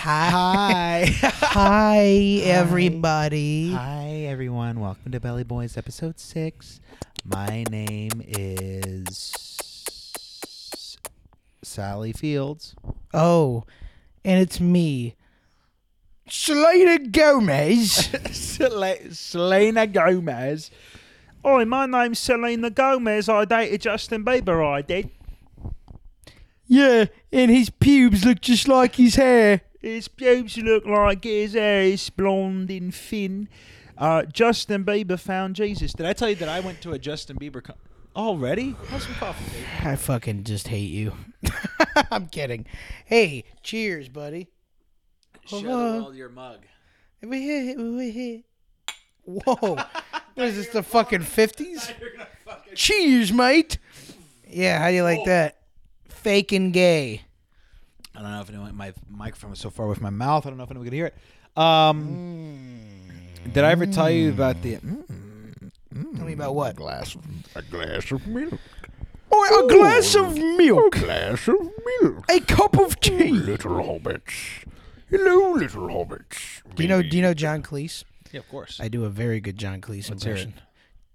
Hi. Hi. Hi, everybody. Hi, everyone. Welcome to Belly Boys episode six. My name is Sally Fields. Oh, and it's me, Selena Gomez. Sel- Selena Gomez. Hi, my name's Selena Gomez. I dated Justin Bieber. I did. yeah, and his pubes look just like his hair. His pubes look like his hair is blonde and thin. Uh, Justin Bieber found Jesus. Did I tell you that I went to a Justin Bieber con- already? Have some coffee. Dave. I fucking just hate you. I'm kidding. Hey, cheers, buddy. Show the Hello. world your mug. We hit, we hit. Whoa. What is this, the fucking 50s? Cheers, mate. Oh. Yeah, how do you like that? Fake and gay. I don't know if anyone, my microphone was so far away from my mouth. I don't know if anyone could hear it. Um, Did I ever tell you about the hmm? Tell me about what? glass, a glass of milk, Or a glass of milk. glass of milk. A cup of tea. Little hobbits, hello, little hobbits. Do you know do you know John Cleese? Yeah, of course. I do a very good John Cleese hear impression.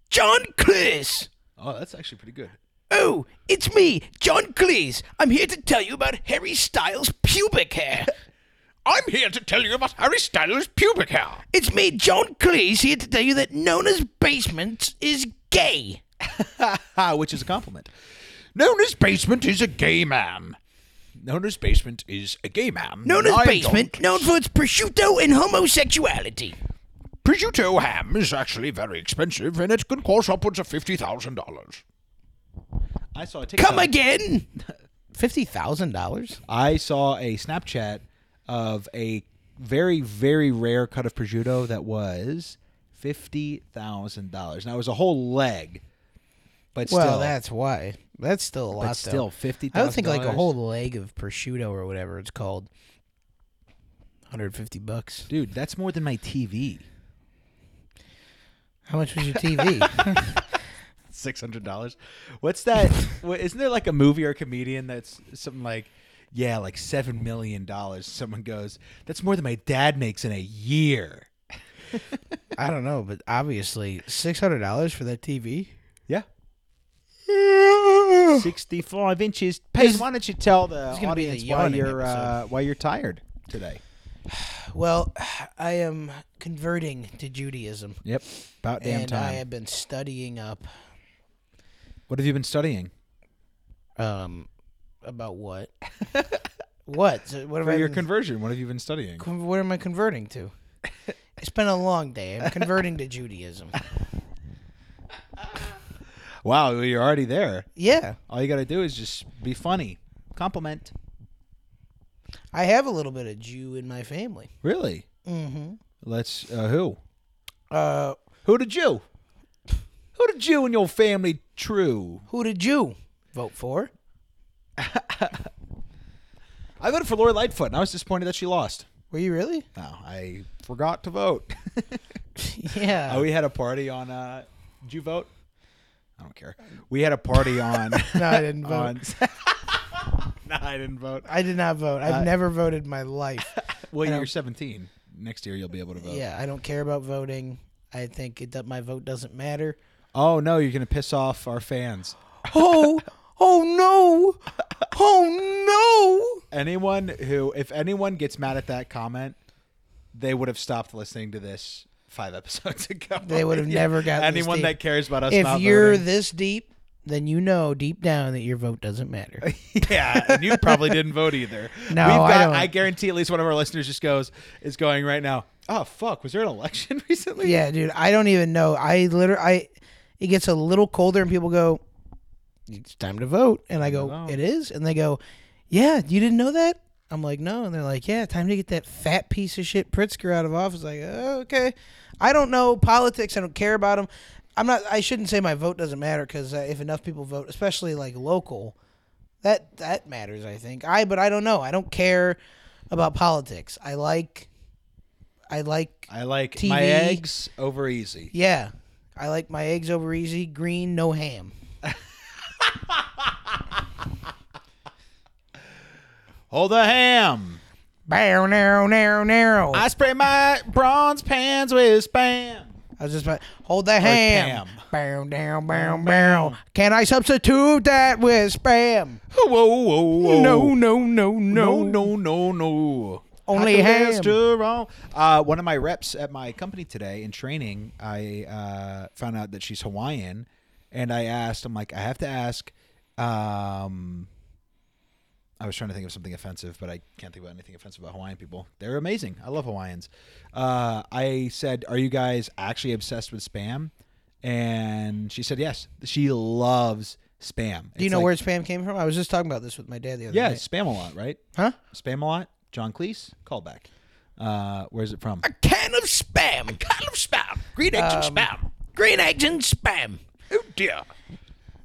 John Cleese! oh, that's actually pretty good. Oh, it's me, John Cleese. I'm here to tell you about Harry Styles' pubic hair. I'm here to tell you about Harry Styles' pubic hair. It's me, John Cleese, here to tell you that Nona's basement is gay. Ah, which is a compliment. Nona's basement is a gay man. Nona's basement is a gay man. Nona's I basement, don't- known for its prosciutto and homosexuality. Prosciutto ham is actually very expensive, and it can cost upwards of fifty thousand dollars. I saw a TikTok. Come again? Fifty thousand dollars? I saw a Snapchat of a very, very rare cut of prosciutto that was fifty thousand dollars. Now it was a whole leg, but Well, still, that's why. That's still a lot. though. still, $50,000 I don't think like a whole leg of prosciutto or whatever it's called. Hundred fifty bucks. dude, that's more than my TV. How much was your TV? Six hundred dollars. What's that? what, isn't there like a movie or a comedian that's something like? Yeah, like seven million dollars. Someone goes, "That's more than my dad makes in a year." I don't know, but obviously six hundred dollars for that TV. Yeah, 65 inches. Paige, why don't you tell the gonna be the audience why yawning you're uh, episode. why you're tired today? Well, I am converting to Judaism, Yep, about damn and I time. have been studying up. What have you been studying Um, about what? what? So What have for I your been- conversion? What have you been studying? Con- What am I converting to? It's been a long day. I'm converting to Judaism. Wow, you're already there. Yeah, All you got to do is just be funny, compliment. I have a little bit of Jew in my family. Really? Mm-hmm. Let's uh, who? Uh, Who the Jew? Who the Jew in your family? True. who did you vote for? I voted for Lori Lightfoot, and I was disappointed that she lost. Were you really? No, I forgot to vote. Yeah. Uh, we had a party on. Uh, did you vote? I don't care. We had a party on. No, I didn't vote. on- no, I didn't vote. I did not vote. I've never voted in my life. Well, you're 17. Next year, you'll be able to vote. Oh. yeah, I don't care about voting. I think it, that my vote doesn't matter. Oh no, you're gonna piss off our fans. Oh, oh no, oh Anyone who, if anyone gets mad at that comment, they would have stopped listening to this five episodes ago. They would have never gotten this anyone deep. that cares about us. If not you're voting. this deep, then you know deep down that your vote doesn't matter. yeah, and you probably didn't vote either. No, We've I got, don't. I guarantee at least one of our listeners just goes is going right now. Oh fuck, was there an election recently? Yeah, dude, I don't even know. I literally, I it gets a little colder and people go, "It's time to vote," and I go, vote. "It is," and they go, "Yeah, you didn't know that." I'm like, "No," and they're like, "Yeah, time to get that fat piece of shit Pritzker out of office." Like, oh, okay, I don't know politics. I don't care about them. I'm not. I shouldn't say my vote doesn't matter because uh, if enough people vote, especially like local, that that matters. I think I, but I don't know. I don't care about politics. I like, I like I like TV. my eggs over easy. yeah. I like my eggs over easy, green, no ham. Hold a ham. Bow, narrow, narrow, narrow. I spray my bronze pans with spam. I was just about, hold the Pam. ham. Bow, down, bow, bow. Can I substitute that with spam? Whoa, whoa, whoa. No, no, no, no, No, no, no, no. Only At the ham. restaurant. Uh, one of my reps at my company today in training, I uh, found out that she's Hawaiian, and I asked, I'm like, I have to ask. Um, I was trying to think of something offensive, but I can't think about anything offensive about Hawaiian people. They're amazing. I love Hawaiians. Uh, I said, "Are you guys actually obsessed with spam?" And she said, "Yes." She loves spam. Do you know where spam came from? I was just talking about this with my dad the other Yeah, night. spam a lot, right? Huh? Spam a lot. John Cleese, callback. Uh, where's it from? Can of spam. A can of spam. Green eggs and spam. Um, Green eggs and spam. Oh dear.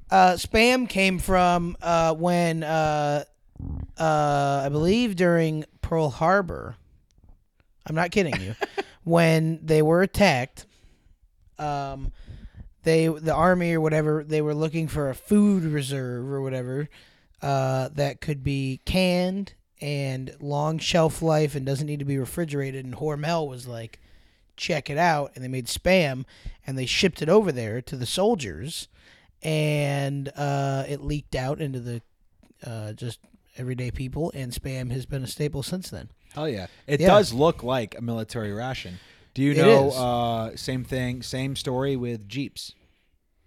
Uh, spam came from uh, when uh, uh, I believe during Pearl Harbor. I'm not kidding you. when they were attacked, um, they the army or whatever they were looking for a food reserve or whatever uh, that could be canned and long shelf life and doesn't need to be refrigerated. And Hormel was like, check it out, and they made spam and they shipped it over there to the soldiers, and uh, it leaked out into the uh, just everyday people. And spam has been a staple since then. Hell yeah! It Yeah. does look like a military ration. Do you It know? is. Uh, same thing, same story with jeeps.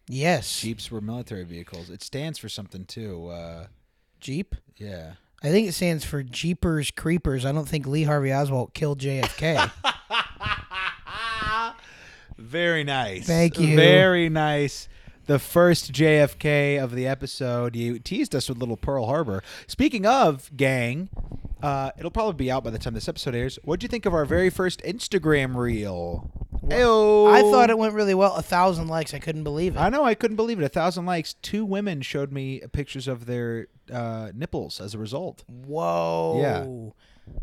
Yes, Jeep. Jeeps were military vehicles. It stands for something too. Uh, yeah. I think it stands for Jeepers Creepers. I don't think Lee Harvey Oswald killed JFK. Very nice. Thank you. Very nice. The first JFK of the episode. You teased us with little Pearl Harbor. Speaking of gang, uh, it'll probably be out by the time this episode airs. What'd you think of our very first Instagram reel? Ayo. I thought it went really well. A thousand likes. I couldn't believe it. I know. I couldn't believe it. A thousand likes. Two women showed me pictures of their uh, nipples as a result. Whoa.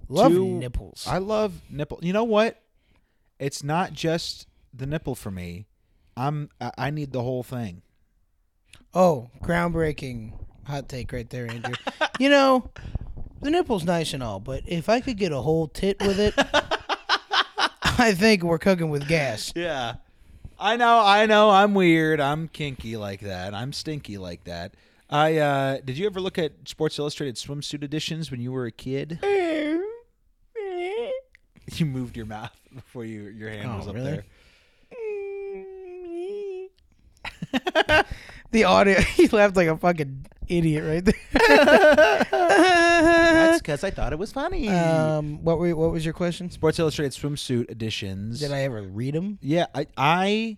Love Two- nipples. I love nipple. You know what? It's not just the nipple for me. I'm. I, I need the whole thing. oh, groundbreaking hot take right there, Andrew. you know, the nipple's nice and all, but if I could get a whole tit with it, I think we're cooking with gas. Yeah. I know, I know. I'm weird. I'm kinky like that. I'm stinky like that. I uh did you ever look at Sports Illustrated swimsuit editions when you were a kid? You moved your mouth before you your hand Oh, was up really? there. The audio, he laughed like a fucking idiot right there. That's because I thought it was funny. um, what were what was your question? Sports Illustrated swimsuit editions. Did I ever read them? Yeah, I, I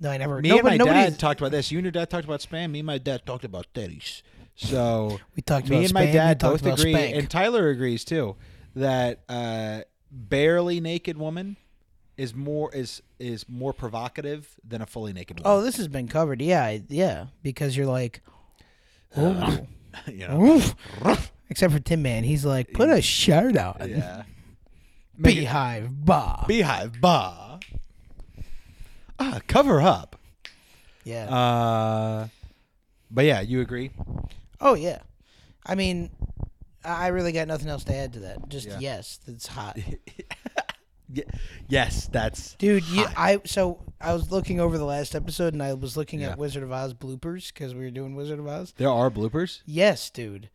No, I never. me nobody, and my nobody's- dad talked about this. You and your dad talked about spam. Me and my dad talked about teddies. So We talked me about and my spam, we dad talked both about agree, spank. and Tyler agrees too, that uh, barely naked woman is more is is more provocative than a fully naked Oh, woman. this has been covered. Yeah, I- yeah. Because you're like, oh, Oh, you know, oof. except for Tim Man, he's like, put a shirt on, yeah. Make it- beehive bar. beehive bah. Ah, cover up. yeah. Uh, but yeah, you agree. oh yeah. I mean, I I really got nothing else to add to that. Just Yeah. yes, that's hot, Y- yes, that's dude. You, I so I was looking over the last episode and I was looking Yeah. at Wizard of Oz bloopers because we were doing Wizard of Oz. there are bloopers. Yes, dude.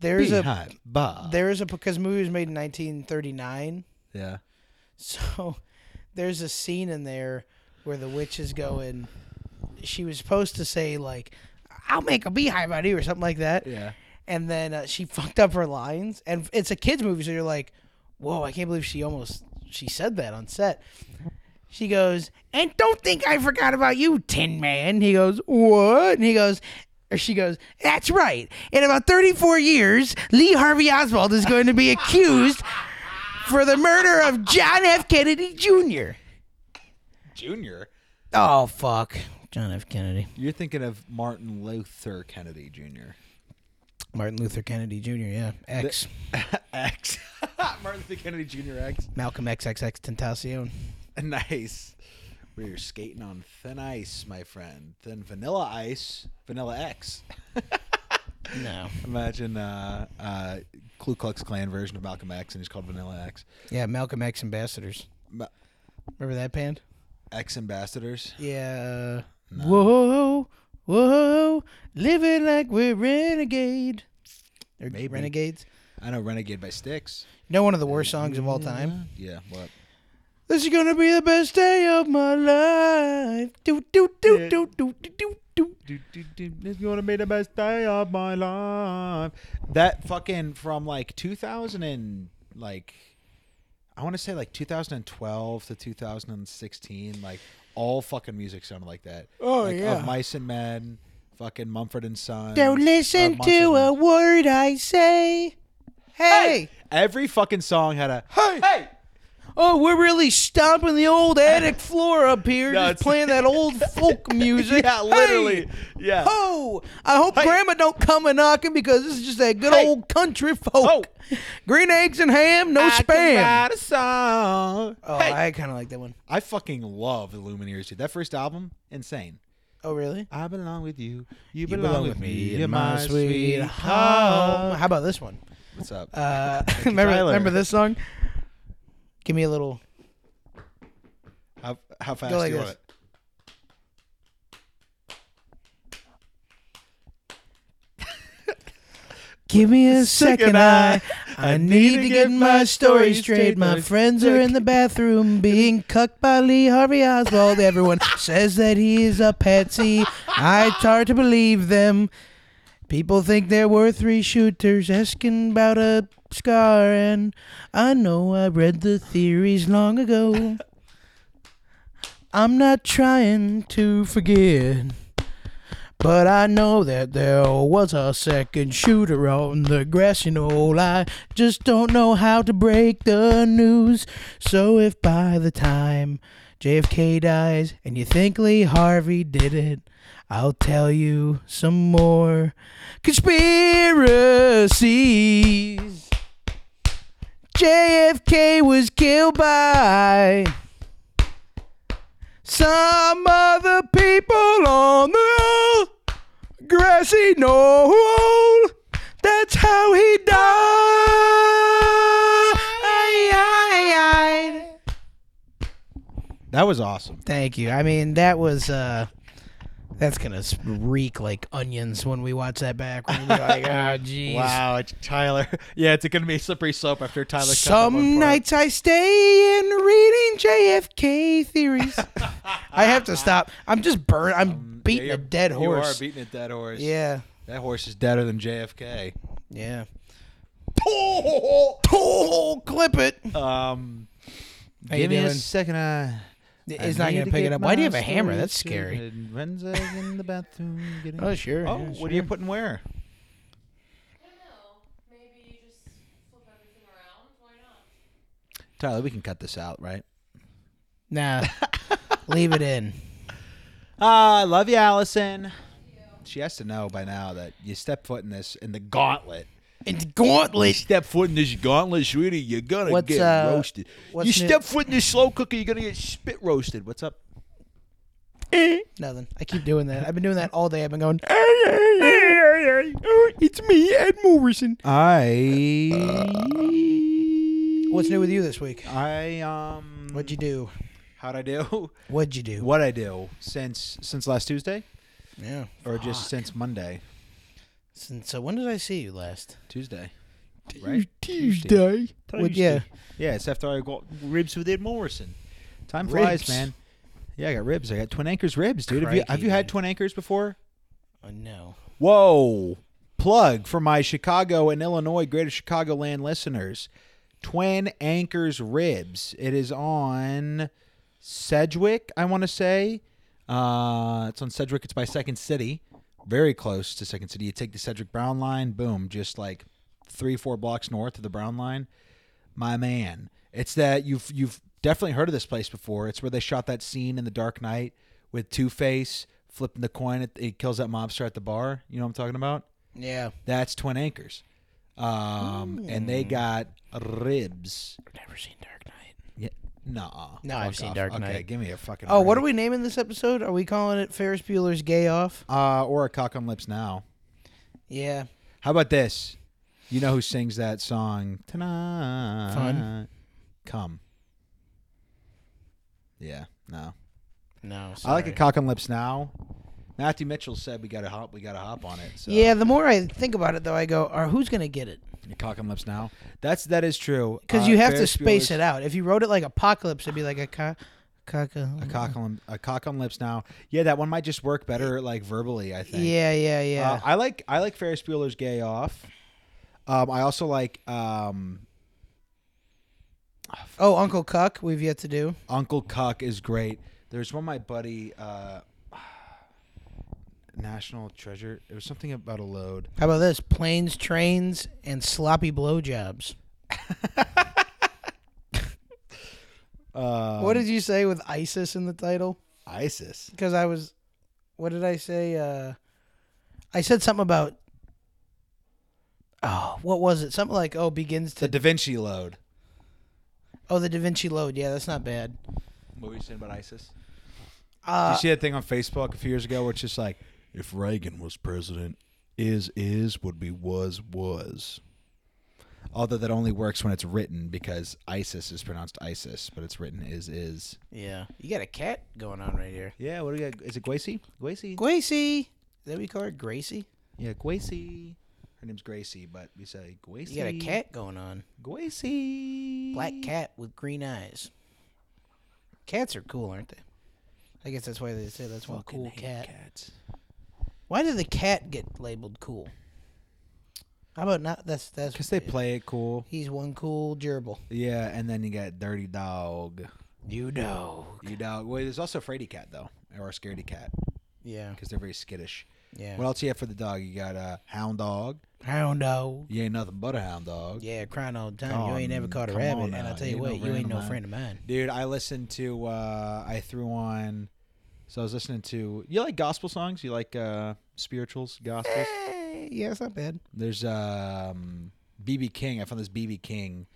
There's beehive bah. a there is a because the movie was made in 1939. yeah. So there's a scene in there where the witch is going. She was supposed to say like, "I'll make a beehive out of you" or something like that. Yeah. And then uh, she fucked up her lines, and it's a kids movie, so you're like, "Whoa, I can't believe she almost she said that on set." She goes, "And don't think I forgot about you, Tin Man." He goes, "What?" And he goes. Or she goes, That's right. In about 34 years, Lee Harvey Oswald is going to be accused for the murder of John F. Kennedy Jr. Junior. Oh fuck, John F. Kennedy, You're thinking of Martin Luther Kennedy Jr. Martin Luther Kennedy Jr. Yeah, X, X. Martin Luther Kennedy Jr. X. Malcolm X, X, X Tentacion. Nice. We're skating on thin ice, my friend. Thin vanilla ice, vanilla X. No. Imagine uh, uh, Ku Klux Klan version of Malcolm X, and he's called Vanilla X. Yeah, Malcolm X ambassadors. Ma- Remember that band? X ambassadors. Yeah. Whoa, whoa, living like we're renegade. Or Maybe. renegades. I know Renegade by Sticks. You know one of the worst songs of all time. Yeah, what? This is gonna be the best day of my life. Do do do do do do do do. Do, do, do. It's gonna be the best day of my life. That fucking from like 2000 and like I want to say like 2012 to 2016. Like all fucking music sounded like that. Oh, like, yeah. Of Mice and Men, fucking Mumford and Son. Don't uh, listen Monsters to a and- word I say. Hey. Every fucking song had a. Hey. Oh, we're really stomping the old attic floor up here, No, just it's- playing that old folk music. Yeah, literally. Hey. Yeah. Ho! I hope Grandma don't come a knocking because this is just that good Hey. old country folk. Ho. Green eggs and ham, no I can spam. write a song. Oh, Hey. I kind of like that one. I fucking love the Lumineers, dude. That first album, insane. Oh, really? I belong with you. You You belong, with me in my sweet sweet home. home. How about this one? What's up? Uh, remember, Tyler. remember this song? Give me a little. how, how fast Go like do you this. want it? Give me a Second second eye. eye. I need to get my story straight. My friends are in the bathroom being cucked by Lee Harvey Oswald. Everyone says that he is a patsy. I try to believe them. People think there were three shooters asking about a scar, and I know I read the theories long ago. I'm not trying to forget. But I know that there was a second shooter on the grass, you know. I just don't know how to break the news. So if by the time JFK dies and you think Lee Harvey did it, I'll tell you some more conspiracies. JFK was killed by some other people on the grassy knoll. That's how he died. That was awesome. Thank you. I mean, that was uh, that's gonna reek like onions when we watch that back. We're gonna be like, oh, jeez. Wow, it's Tyler. Yeah, it's gonna be a slippery slope after Tyler. cut that one Some part. nights I stay in reading JFK theories. I have to stop. I'm just burn. I'm beating Um, Yeah, a you're- dead You horse. are beating a dead horse. yeah. that horse is deader than JFK. Yeah. Oh, clip it. Um, How you doing? second. eye. It's I not need gonna to pick it get up. Why do you have my a hammer? story That's straight. scary. And Ren's in the bathroom. Getting Oh sure. Oh, yeah, what sure. are you putting where? I don't know. Maybe you just flip everything around. Why not? Tyler, we can cut this out, right? Nah. Leave it in. Ah, I love you, Allison. She has to know by now that you step foot in this in the gauntlet. It's You gauntlet. step foot in this gauntlet, sweetie, you're gonna What's, get uh, roasted. what's you new- step foot in this slow cooker, you're gonna get spit roasted. What's up? Nothing. I keep doing that. I've been doing that all day. I've been going. "Hey, hey, hey, hey, hey. Oh, It's me, Ed Morrison. I Uh, What's new with you this week? I um What'd you do? how'd I do? What'd you do? what I do since since last Tuesday? Yeah. Or just since Monday? Since uh, when did I see you last? Tuesday. Right? What- yeah. Yeah, it's after I got ribs with Ed Morrison. Time flies, Ribs. man. Yeah, I got ribs. I got Twin Anchors ribs, dude. have you have Crikey, you had dude. Twin Anchors before? Oh no. Whoa. Plug for my Chicago and Illinois Greater Chicagoland listeners. Twin Anchors Ribs. It is on Sedgwick, I want to say. Uh, it's on Sedgwick. It's by Second City. Very close to Second City. You take the Sedgwick Brown line, boom, just like three, four blocks north of the Brown line. My man. It's that you've you've definitely heard of this place before. It's where they shot that scene in The Dark Knight with Two Face flipping the coin. It, it kills that mobster at the bar. You know what I'm talking about? Yeah. That's Twin Anchors. Um, and Hmm. they got ribs. Never seen Dark Knight. Yeah. Nah. No, I've seen Dark Okay, Knight. give me a fucking. Oh, what are break. we naming this episode? Are we calling it Ferris Bueller's Gay Off? Uh, or a cock on lips now. Yeah. How about this? You know who sings that song tonight? Fun. Come. Yeah. No. No, I like a sorry. cock and lips now. Matthew Mitchell said we got to hop. We got to hop on it. So. Yeah, the more I think about it, though, I go, "Are who's gonna get it?" The cock and lips now. That's that is true. Because Uh, you have to Ferris space Bueller's- it out. If you wrote it like apocalypse, it'd be like a cock, cock, a A cock on a cock on lips now. Yeah, that one might just work better like verbally. I think. Yeah, yeah, yeah. Uh, I like I like Ferris Bueller's Gay Off. Um, I also like um, oh, Uncle Cuck, we've yet to do. Uncle Cuck is great. There's one my buddy uh, National Treasure. It was something about a load. How about this? Planes, trains, and sloppy blowjobs. Uh, Um, what did you say with ISIS in the title? ISIS? Because I was, what did I say? Uh, I said something about. Oh, what was it? Something like, "Oh, begins The to." Da Vinci Load. oh, the Da Vinci Load. Yeah, that's not bad. What were you saying about ISIS? Did Uh, you see that thing on Facebook a few years ago where it's just like, If Reagan was president, is is would be was was. although that only works when it's written because ISIS is pronounced ISIS, but it's written is is. yeah, you got a cat going on right here. Yeah, what do we got? Is it Gracie? Gracie? Gracie, is that we call her Gracie. Yeah, Gracie. Her name's Gracie, but we say Gracie. You got a cat going on. Gracie. Black cat with green eyes. Cats are cool, aren't they? I guess that's why they say that's one cool cat. Cats. Why did the cat get labeled cool? How about not? That's that's Because they play it cool. He's one cool gerbil. Yeah, and then you got Dirty Dog. You know. You dog. Well, there's also Fraidy Cat, though, or a Scaredy Cat, Yeah. because they're very skittish. Yeah. What else you have for the dog? You got uh, Hound Dog. I don't know. You ain't nothing but a Hound Dog. Yeah, crying all the time. you Come ain't never caught a on, Oh, come rabbit, on and I now. tell you You what, no you friend of ain't no mine. friend of mine. Dude, I listened to, uh, I threw on, so I was listening to, you like gospel songs? You like uh, spirituals, gospels? Eh, yeah, it's not bad. There's um BB King. I found this BB King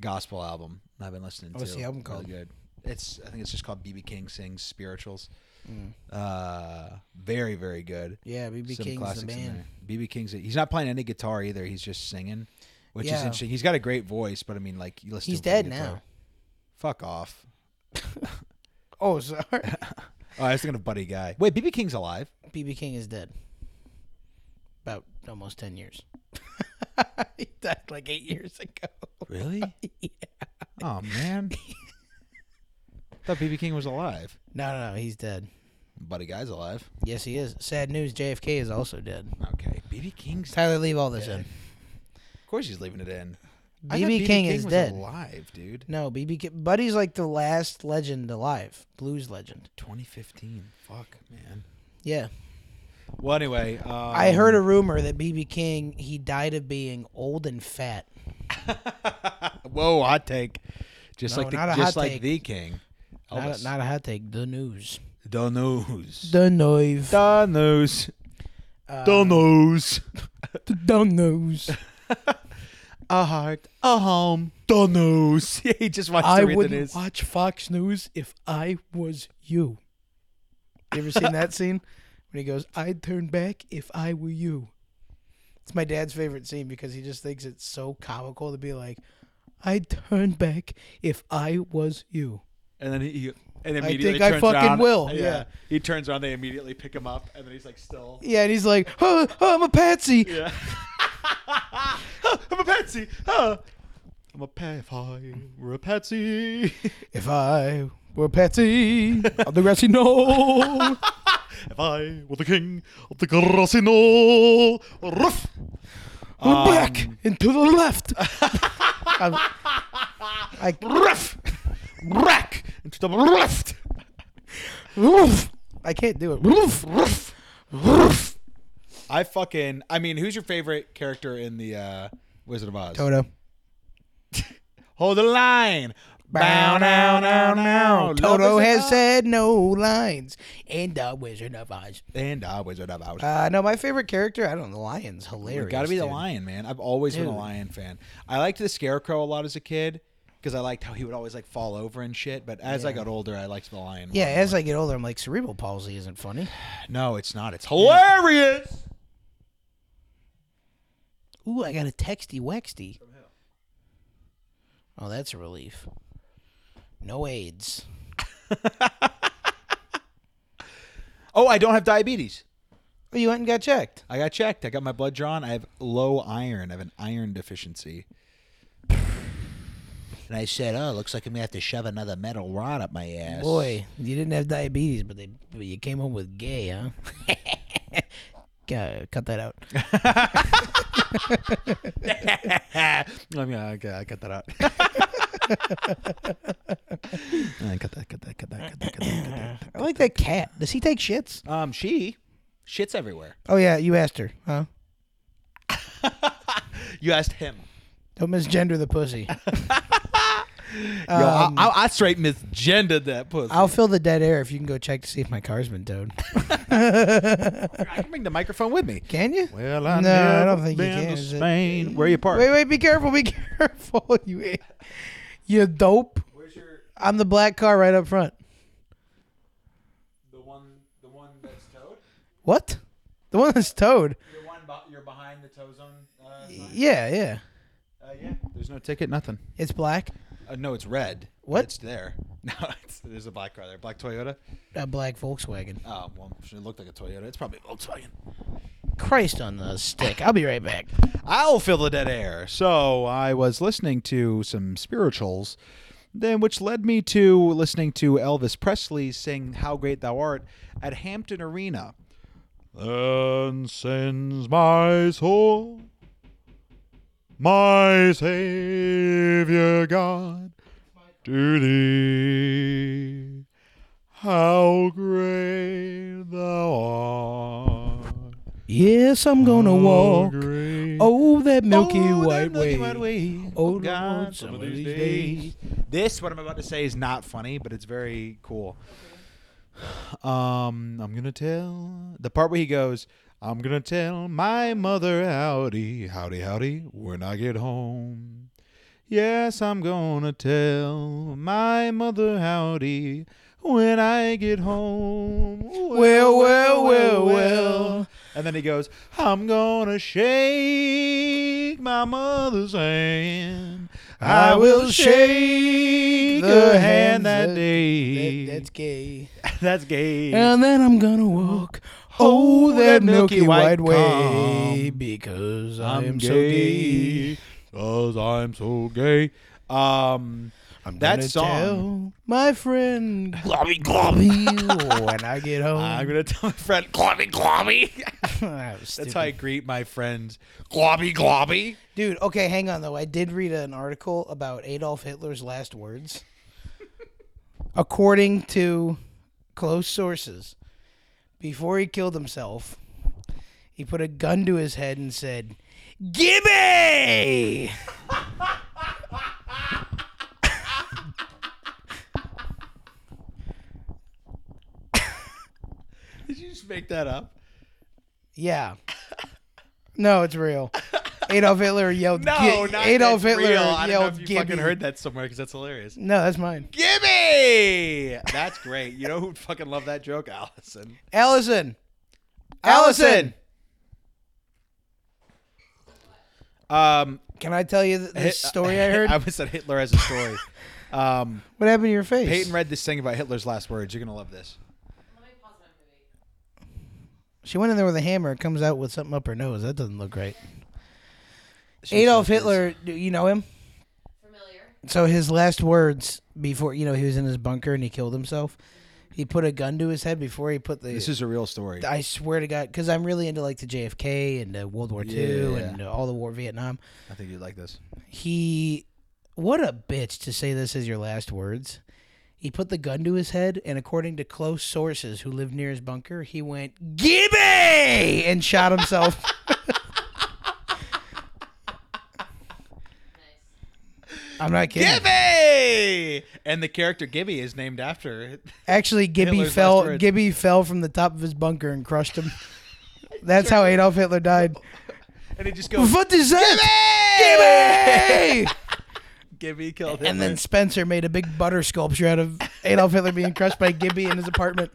gospel album. I've been listening to. Oh, What's the album Really called? good. It's I think it's just called BB King sings spirituals. Mm. Uh, very very good. Yeah, BB Some King's the classics in man. there. BB King's. He's not playing any guitar either. He's just singing, which Yeah. is interesting. He's got a great voice, but I mean, like you listen. He's to him play dead guitar. now. Fuck off. Oh, sorry. Oh, I was thinking of Buddy Guy. Wait, BB King's alive. BB King is dead. About almost 10 years. he died like eight years ago. Really? Oh man. Thought BB King was alive. No, no, no, he's dead. Buddy Guy's alive. Yes, he is. Sad news JFK is also dead. Okay, BB King's. Tyler, leave all this Yeah. in. Of course, he's leaving it in. I thought BB King is was dead. Alive, dude. No, BB King. Buddy's like the last legend alive, blues legend. 2015. Fuck, man. Yeah. Well, anyway, um, I heard a rumor that BB King, he died of being old and fat. Whoa, hot take. Just No, like the, not a just hot like take. the king. Not Elvis. a, not a hot take. The news. the news. The news. The news. Um, The news. The news. A heart. A home. The news. Yeah, he just wants to read the news. watch Fox News if I was you. You ever seen that scene when he goes, "I'd turn back if I were you." It's my dad's favorite scene because he just thinks it's so comical to be like, "I'd turn back if I was you." And then he, he and think immediately I turns fucking around. will, Yeah. yeah. He turns around. They immediately pick him up, and then he's like still. Yeah, and he's like, "Oh, oh, I'm a patsy." Yeah. Oh, I'm a patsy. Oh. I'm a pa- if I were a patsy. If I were patsy, of the grassy knoll. if I were the king of the Grassino. Ruff. Um, We're back and to the left. I'm- I, Ruff. Rack. Into the left. Roof. I can't do it. Roof. Ruff. Ruff. I fucking. I mean, who's your favorite character in the uh, Wizard of Oz? Toto. Hold the line. Bow, now, now, now. Toto Love is has a- said no lines in The Wizard of Oz. And I, Wizard of Oz. Uh, no, my favorite character, I don't know, the lion's hilarious. It's got to be the dude. lion, man. I've always been Dude. a lion fan. I liked the scarecrow a lot as a kid because I liked how he would always like fall over and shit. But as I Yeah. got older, I liked the lion. Yeah, more. as I get older, I'm like, cerebral palsy isn't funny. no, it's not. It's hilarious. Ooh, I got a texty wexty. Oh, that's a relief. No AIDS. Oh, I don't have diabetes. Oh, you went and got checked. I got checked. I got my blood drawn. I have low iron. I have an iron deficiency. And I said, "Oh, looks like I'm gonna have to shove another metal rod up my ass." Boy, you didn't have diabetes, but they but you came home with gay, huh? Gotta Cut that out. I mean, okay, I cut that out. Uh, cut that, cut that, cut that, cut that, cut that, cut that. I like that cat. Does he take shits? Um, she shits everywhere. Oh yeah, you asked her, huh? You asked him. Don't misgender the pussy. Yo, um, I, I, I straight misgendered that pussy. I'll fill the dead air if you can go check to see if my car's been towed. I can bring the microphone with me. Can you? Well, I No, I never don't think you been can, to is it? Spain. Where you park? Wait, wait, be careful, be careful, you, you dope. Where's your I'm the black car right up front. the one the one that's towed? What? The one that's towed? Your one you're behind the tow zone. Uh, Yeah, yeah. yeah. There's no ticket, nothing. It's black. Uh, no, it's red. What? It's there. No, it's, there's a black car there. Black Toyota. A black Volkswagen. Oh, well, it looked like a Toyota. It's probably a Volkswagen. Christ on the stick. I'll be right back. I'll fill the dead air. So I was listening to some spirituals, then which led me to listening to Elvis Presley sing "How Great Thou Art" at Hampton Arena. Then sends my soul, my Savior God, to thee. How great thou art! Yes, I'm gonna How walk. great Oh, that milky Oh, that white Milky way. White Way. Oh, God, Lord, some of these days. This what I'm about to say is not funny, but it's very cool. Um, I'm gonna tell the part where he goes. I'm gonna tell my mother howdy, howdy, howdy when I get home. Yes, I'm gonna tell my mother howdy when I get home. Well, well, well, well. And then he goes, I'm gonna shake my mother's hand. I will shake her hand that day. That- that's gay. That's gay. And then I'm gonna walk. Oh, that milky white way. calm. Because I'm, I'm gay. so gay. Cause I'm so gay. Um, I'm That gonna song. tell my friend Globby Globby when I get home. I'm gonna tell my friend Globby Globby. That was That's stupid. how I greet my friends. Globby, globby. Dude, okay, hang on though. I did read an article about Adolf Hitler's last words. According to close sources, before he killed himself, he put a gun to his head and said, "Gimme!" Did you just make that up? Yeah. No, it's real. Adolf Hitler yelled. No, "Gi- not Adolf that's Hitler real. I don't know yelled. if you "Gimme." fucking heard that somewhere because that's hilarious. No, that's mine. Gimme! That's great. You know who'd fucking love that joke, Allison. Allison. Allison! Um, Can I tell you th- this Hit- story I heard? I was at Hitler as a story. um, what happened to your face? Peyton read this thing about Hitler's last words. You're gonna love this. Let me pause my movie. she went in there with a hammer and comes out with something up her nose. That doesn't look right. She Adolf said this. Hitler, do you know him? Familiar. So his last words before, you know, he was in his bunker and he killed himself. He put a gun to his head before he put the. This is a real story. I swear to God, because I'm really into like the JFK and uh, World War II Yeah. and uh, all the war Vietnam. I think you'd like this. he what a bitch to say this as your last words he put the gun to his head and according to close sources who lived near his bunker he went gimme and shot himself Nice. i'm not kidding Gibby! And the character Gibby is named after. actually gibby Hitler's last fell words. gibby fell from the top of his bunker and crushed him that's how adolf hitler died And it just goes, what is that Gibby! Gibby! Gibby killed Hitler. and then spencer made a big butter sculpture out of adolf hitler being crushed by gibby in his apartment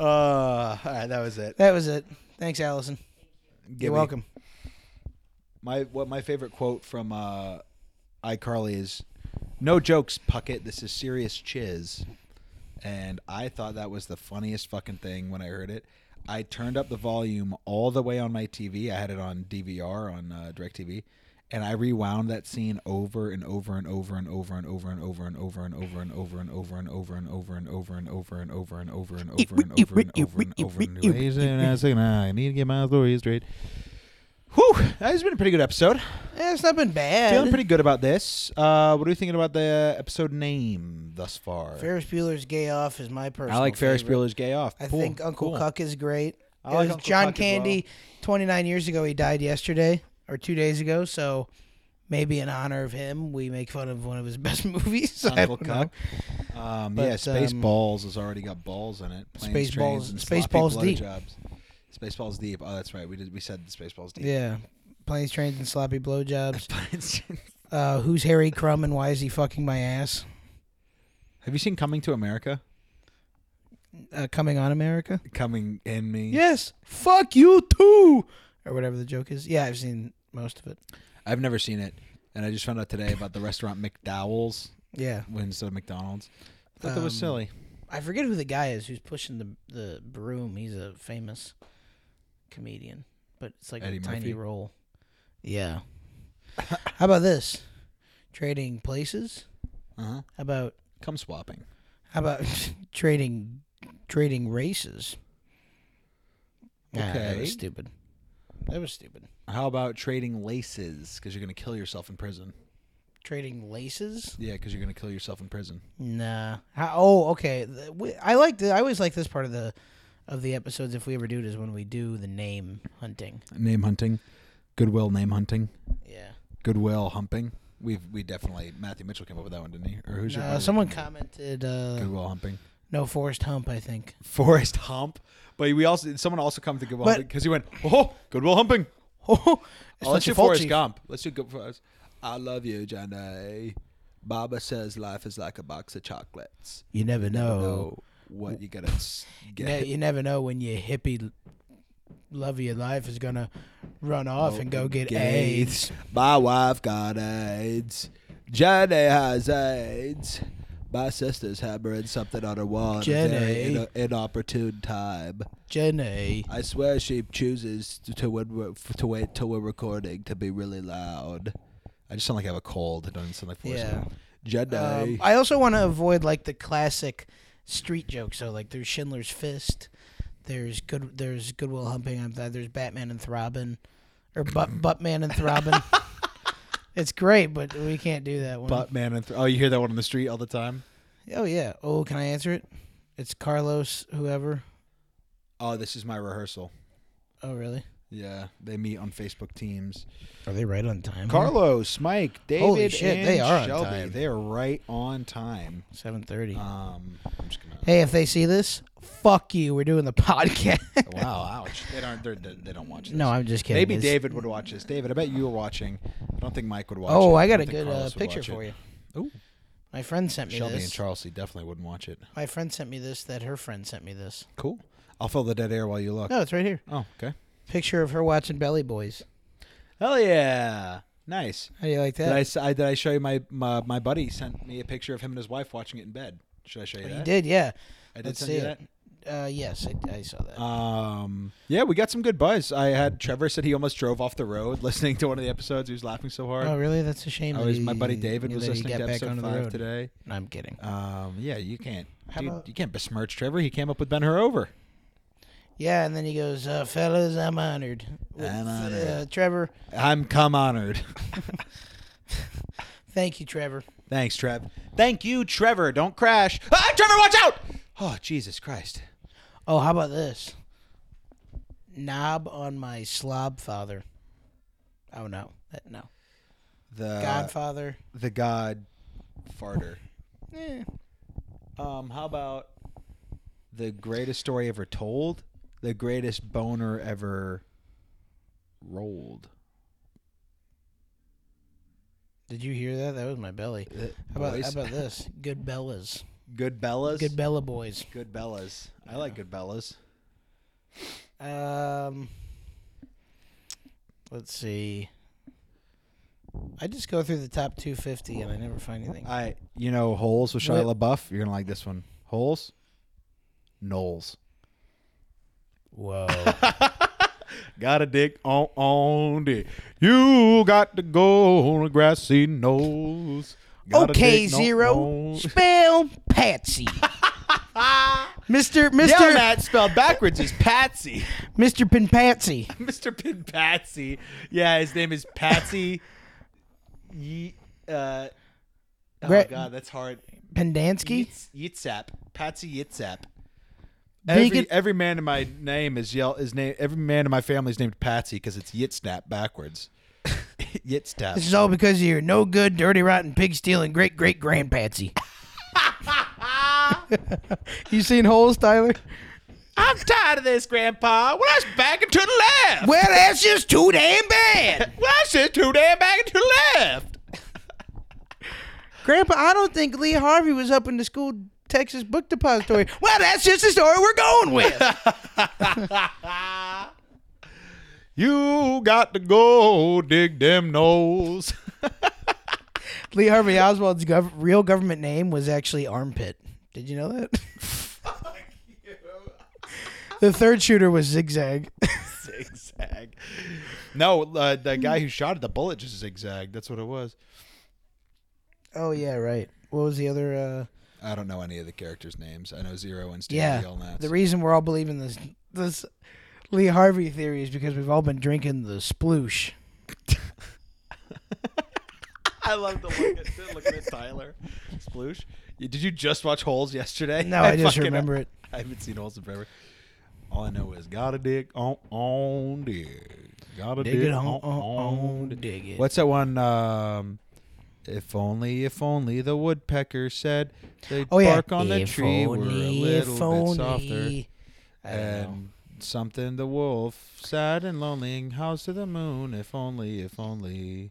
Uh, all right, that was it. that was it thanks allison Gibby. you're welcome My what my favorite quote from uh, iCarly is, "No jokes, Puckett. This is serious chiz." And I thought that was the funniest fucking thing when I heard it. I turned up the volume all the way on my TV. I had it on DVR on uh, DirecTV, and I rewound that scene over and over and over and over and over and over and over and over and over and over and over and over and over and over and over and over and over and over and over and over and over and I need to get my story straight. Whew, that has been a pretty good episode. Eh, it's not been bad. Feeling pretty good about this. Uh, what are you thinking about the episode name thus far? Ferris Bueller's Gay Off is my personal. I like Ferris favorite. Bueller's Gay Off. I Cool, think Uncle cool. Cuck is great. I it like was Uncle John Cuck as Candy 29 years ago. He died yesterday or two days ago. So maybe in honor of him, we make fun of one of his best movies. I Uncle don't Cuck. know. Um, But, yeah, um, Spaceballs has already got balls in it. Planes, trains, Spaceballs- and sloppy Spaceballs Deep. blowjobs. Spaceballs deep. Oh, that's right. We did. We said the Spaceballs deep. Yeah. Planes, trains, and sloppy blowjobs. Have Uh, who's Harry Crumb and why is he fucking my ass? you seen Coming to America? Uh, coming on America. Coming in me. Yes. Fuck you too, or whatever the joke is. Yeah, I've seen most of it. I've never seen it, and I just found out today about the restaurant McDowell's Yeah, instead of McDonald's. I thought that was Um, silly. I forget who the guy is who's pushing the the broom. He's a famous comedian, but it's like Eddie a tiny Murphy? role. Yeah. How about this? Trading places. Uh-huh. How about Come swapping. how about trading trading races? Ah, that Okay. was stupid. That was stupid. How about trading laces? Because you're gonna kill yourself in prison. Trading laces. Yeah, because you're gonna kill yourself in prison. Nah. How, oh, okay. The- we- I like the. I always like this part of the of the episodes. If we ever do it, is when we do the name hunting. Name hunting, goodwill name hunting, Yeah. Uh, goodwill humping. We've we definitely Matthew Mitchell came up with that one, didn't he? Or who's your No, brother? someone commented uh, goodwill humping? no forced hump. I think. Forest hump. But we also someone also come to goodwill But- humping because he went oh goodwill humping. Oh, Oh, let's do Forrest Gump. Let's do good Forrest. I love you, Johnny. Baba says life is like a box of chocolates. You never know. Oh, what you gotta s- You, get? ne- you never know when your hippie l- love of your life is gonna run off and go get AIDS. My wife got AIDS. Jenny has AIDS. My sister's hammering something on her wall at a very Jenny. ino- inopportune time. Jenny. I swear she chooses to, to, when we're, f- to wait till we're recording to be really loud. I just sound like I have a cold. I don't even sound like Forrest Yeah. Gump. Jenny. Um, I also want to avoid like the classic street jokes. So like there's Schindler's Fist, there's good, there's Goodwill Humping. I'm th- there's Batman and Throbbin, or Butt Buttman and Throbbin. it's great, but we can't do that one. Butt man and th- oh, you hear that one on the street all the time. oh yeah. Oh, can I answer it? It's Carlos, whoever. Oh, this is my rehearsal. Oh really? Yeah, they meet on Facebook Teams. Are they right on time? Carlos, Mike, David, Holy shit, they and are on Shelby. time. They are right on time. Seven thirty. Um, I'm just gonna. hey, if they see this, fuck you. We're doing the podcast. wow, ouch! They don't. They're, they they don't watch this. no, I'm just kidding. Maybe It's- David would watch this. David, I bet you were watching. I don't think Mike would watch. Oh, it. I got don't a think good uh, Carlos would picture watch for it. you. Ooh. My friend sent me Shelby this. and Charlesy definitely wouldn't watch it. My friend sent me this that her friend sent me this. Cool. I'll fill the dead air while you look. No, it's right here. Oh, okay. Picture of her watching Belly Boys. Hell yeah! Nice. How do you like Did I, that? s- I- did I show you my, my my buddy sent me a picture of him and his wife watching it in bed? Should I show you Oh, that? you did, yeah. I did Let's send see you it. Uh, yes, I, I saw that. that. Um, yeah, we got some good buzz. I had Trevor said he almost drove off the road listening to one of the episodes. He was laughing so hard. oh, really? That's a shame. I that was, he- my buddy David was that he listening got to back episode onto the five road. today. No, I'm kidding. Um, yeah, you can't. How dude, about- you can't besmirch Trevor. He came up with Ben Hur over. Yeah, and then he goes, uh, "Fellas, I'm honored." With, I'm Uh, honored. Trevor, I'm come honored. thank you, Trevor. Thanks, Trev. Thank you, Trevor. Don't crash. Ah, Trevor, watch out! Oh, Jesus Christ. Oh, how about this? Knob on my slob father. Oh no, that, no. The Godfather. the God farter. Eh. Um, how about the greatest story ever told? The greatest boner ever rolled. Did you hear that? That was my belly. How How about, how about this? Good bellas. good bellas? Good bella boys. Good bellas. I like good bellas. Um, let's see. I just go through the top 250 and I never find anything. I, you know, Holes with Shia LaBeouf. You're gonna like this one. Holes, Knowles. Whoa. Got a dick on on dick. You got to go on a grassy nose. Got a okay, dick on- Zero. on- Spell Patsy. Mr. Mr. Down that spelled backwards is Patsy. Mr. Pinpatsy. Mr. Pin Patsy. Yeah, his name is Patsy. Ye, uh, oh Brett- God, that's hard. Pendansky? Yitz- Yitzap. Patsy Yitzap. Vegan- Every, every man in my name is yell is name. Every man in my family is named Patsy because it's Yitsnap backwards. This Yitsnap. is all because of your no good, dirty, rotten, pig stealing great great grandpatsy. you seen holes, Tyler? I'm tired of this, Grandpa. Well, that's backing to the left. Well, that's just too damn bad. Well, that's just too damn backing to the left. Grandpa, I don't think Lee Harvey was up in the school Texas book depository. Well, that's just the story we're going with. You got to go dig them nose. Lee Harvey Oswald's gov- real government name was actually Armpit. Did you know that? the third shooter was Zigzag. zigzag. No, uh, the guy who shot at the bullet just zigzagged. That's what it was. oh yeah, right. What was the other? Uh, I don't know any of the characters' names. I know Zero and Steve yeah, the reason we're all believing this this Lee Harvey theory is because we've all been drinking the sploosh. I love to look at, look at Tyler. Sploosh. Did you just watch Holes yesterday? No, I just fucking- remember it. I haven't seen Holes in forever. All I know is got a dick on on dick. Got a Dig dick it on, on on, on on, dick. dig it. What's that one? Um, if only, if only the woodpecker said the Oh yeah. bark on the If tree were a only, little if bit softer, only. I don't know. and something the wolf sad and lonely and howls to the moon. If only, if only,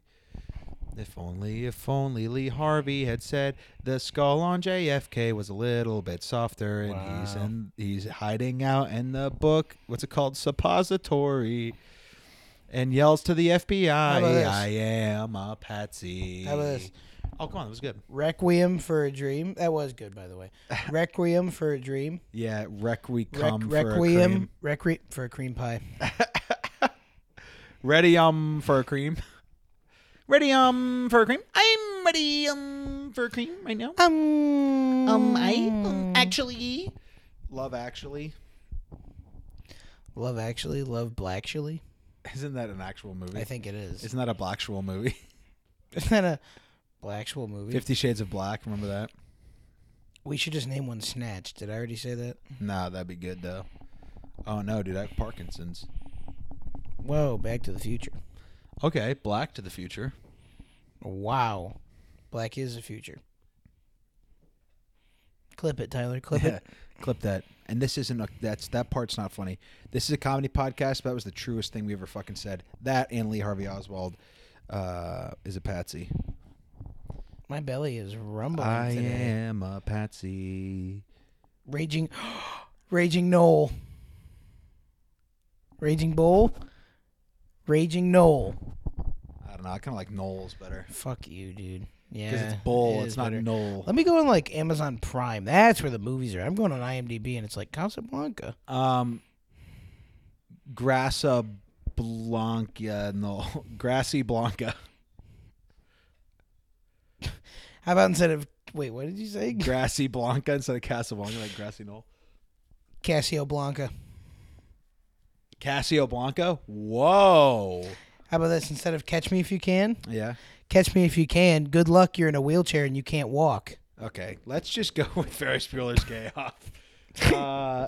if only, if only Lee Harvey had said the skull on JFK was a little bit softer, and he's Wow. in, he's hiding out in the book. What's it called? Suppository. And yells to the FBI, about this? "I am a patsy." How about this? Oh, come on, that was good. Requiem for a Dream. That was good, by the way. Requiem for a Dream. Yeah, rec we Rec- come for a cream. requiem. Recre- for a cream pie. Ready um for a cream. Ready um for a cream. I'm ready um for a cream right now. Um, actually love actually. Love Actually. Love Blacktually. Isn't that an actual movie? I think it is. Isn't that a Blacktual movie? Isn't that a Blacktual movie? Fifty Shades of Black. Remember that? We should just name one Snatch. Did I already say that? Nah, that'd be good though. Oh no, dude, I have Parkinson's. Whoa, Back to the Future. Okay, Black to the Future. Wow. Black is the future. Clip it, Tyler. Clip Yeah, it. clip that. And this isn't a, that's that part's not funny. This is a comedy podcast, but that was the truest thing we ever fucking said. That and Lee Harvey Oswald uh, is a patsy. My belly is rumbling I today. am a patsy. Raging, Raging Knoll, Raging Bull, Raging Knoll. I don't know. I kind of like Knowles better Fuck you, dude. Yeah, because it's Bull. Eh, it it's is not better. Knoll. Let me go on like Amazon Prime. That's where the movies are. I'm going on IMDb and it's like Casablanca. Um, Grassa Blanca Knoll. Grassy Blanca. How about instead of wait, what did you say? Grassy Blanca instead of Casablanca, like Grassy Knoll. Casablanca. Casio Blanco. Whoa. How about this instead of Catch Me If You Can? Yeah. Catch Me If You Can. Good luck. You're in a wheelchair and you can't walk. Okay, let's just go with Ferris Bueller's Day Off. uh,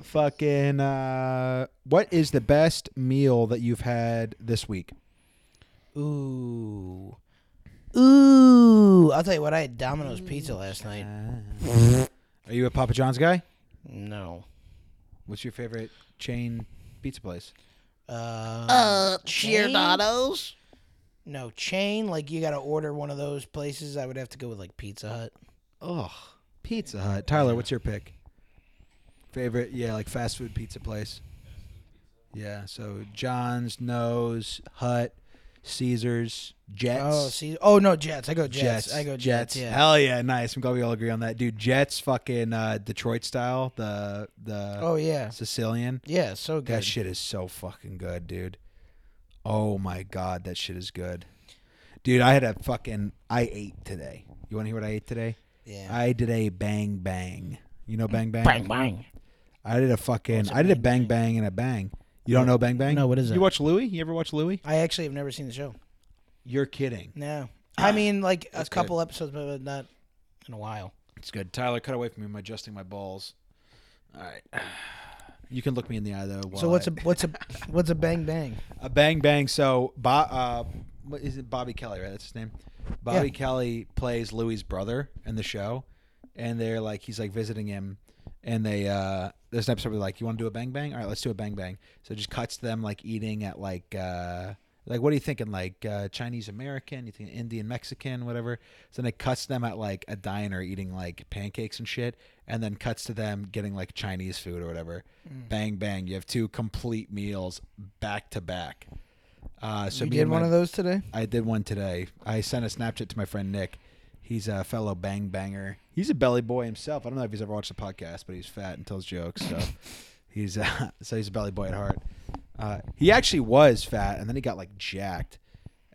fucking, uh, what is the best meal that you've had this week? Ooh. Ooh. I'll tell you what, I had Domino's pizza last night. Are you a Papa John's guy? No. What's your favorite chain pizza place? Uh, No, chain, like you got to order one of those places. I would have to go with like Pizza Hut. Ugh, Pizza Hut. Tyler, what's your pick? Favorite, yeah, like fast food pizza place. Yeah, so John's, Nose, Hut, Caesars, Jets. Oh, see. Oh no, Jets. I go Jets. Jets. I go Jets. Yeah. Hell yeah, nice. I'm glad we all agree on that, dude. Jets, fucking uh, Detroit style, the the Oh yeah. Sicilian. Yeah. So good. That shit is so fucking good, dude. Oh my god, that shit is good, dude. I had a fucking I ate today. You want to hear what I ate today? yeah. I did a bang bang. You know bang bang. bang. I did a fucking. I did a bang bang and a bang. You don't know bang bang? No, what is it? You watch Louie? You ever watch Louie? I actually have never seen the show. You're kidding. No. I mean, like a couple episodes, but not in a while. It's good. Tyler, cut away from me. I'm adjusting my balls. All right. You can look me in the eye though. So while what's I- a what's a what's a bang bang? a bang bang. So, Bo, uh, what is it Bobby Kelly? Right, that's his name. Bobby Kelly plays Louis's brother in the show, and they're like he's like visiting him, and they uh, there's an episode where they're like you want to do a bang bang? All right, let's do a bang bang. So it just cuts to them like eating at like uh, like what are you thinking? Like uh, Chinese American? You think Indian Mexican? Whatever. So then it cuts them at like a diner eating like pancakes and shit, and then cuts to them getting like Chinese food or whatever. Mm. Bang bang! You have two complete meals back to back. Uh, so you me did and my- one of those today? I did one today. I sent a Snapchat to my friend Nick. He's a fellow bang banger. He's a belly boy himself. I don't know if he's ever watched the podcast, but he's fat and tells jokes. So he's uh, so he's a belly boy at heart. Uh, he actually was fat, and then he got like jacked,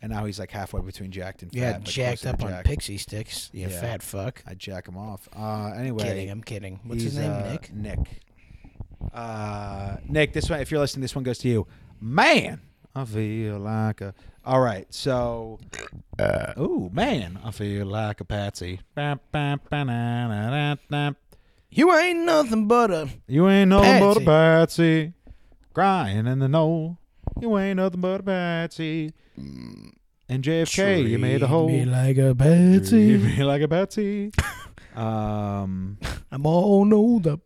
and now he's like halfway between jacked and fat. Yeah, but closer jacked to up on jacked. pixie sticks. You Yeah. fat fuck. I jack him off. Uh, anyway, Kidding. I'm kidding. What's his He's, name? uh, Nick. Nick. Uh, Nick, this one, if you're listening, this one goes to you. Man, I feel like a. All right, so. Uh, oh, man, I feel like a patsy. Ba, ba, ba, na, na, na, na. You ain't nothing but a. You ain't nothing but Patsy. a patsy. Crying in the know. You ain't nothing but a patsy. And JFK, you made a hole. like a Treat me like a patsy. um. I'm all old up.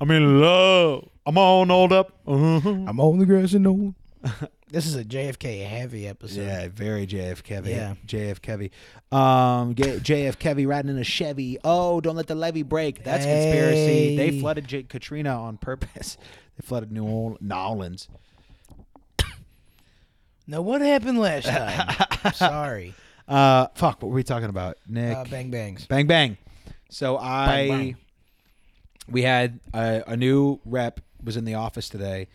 I'm in love. I'm all old up. I'm on the grass and old. this is a JFK heavy episode. Yeah, very JF Kevy. Yeah. JF Kevy. Um, J- JF Kevy riding in a Chevy. Oh, don't let the levee break. That's conspiracy. They Hey. flooded J- Katrina on purpose. they flooded New Orleans. New Orleans. Now what happened last time? Sorry. Uh, fuck. What were we talking about, Nick? Uh, bang bangs. Bang bang. So I, bang. we had a, a new rep was in the office today,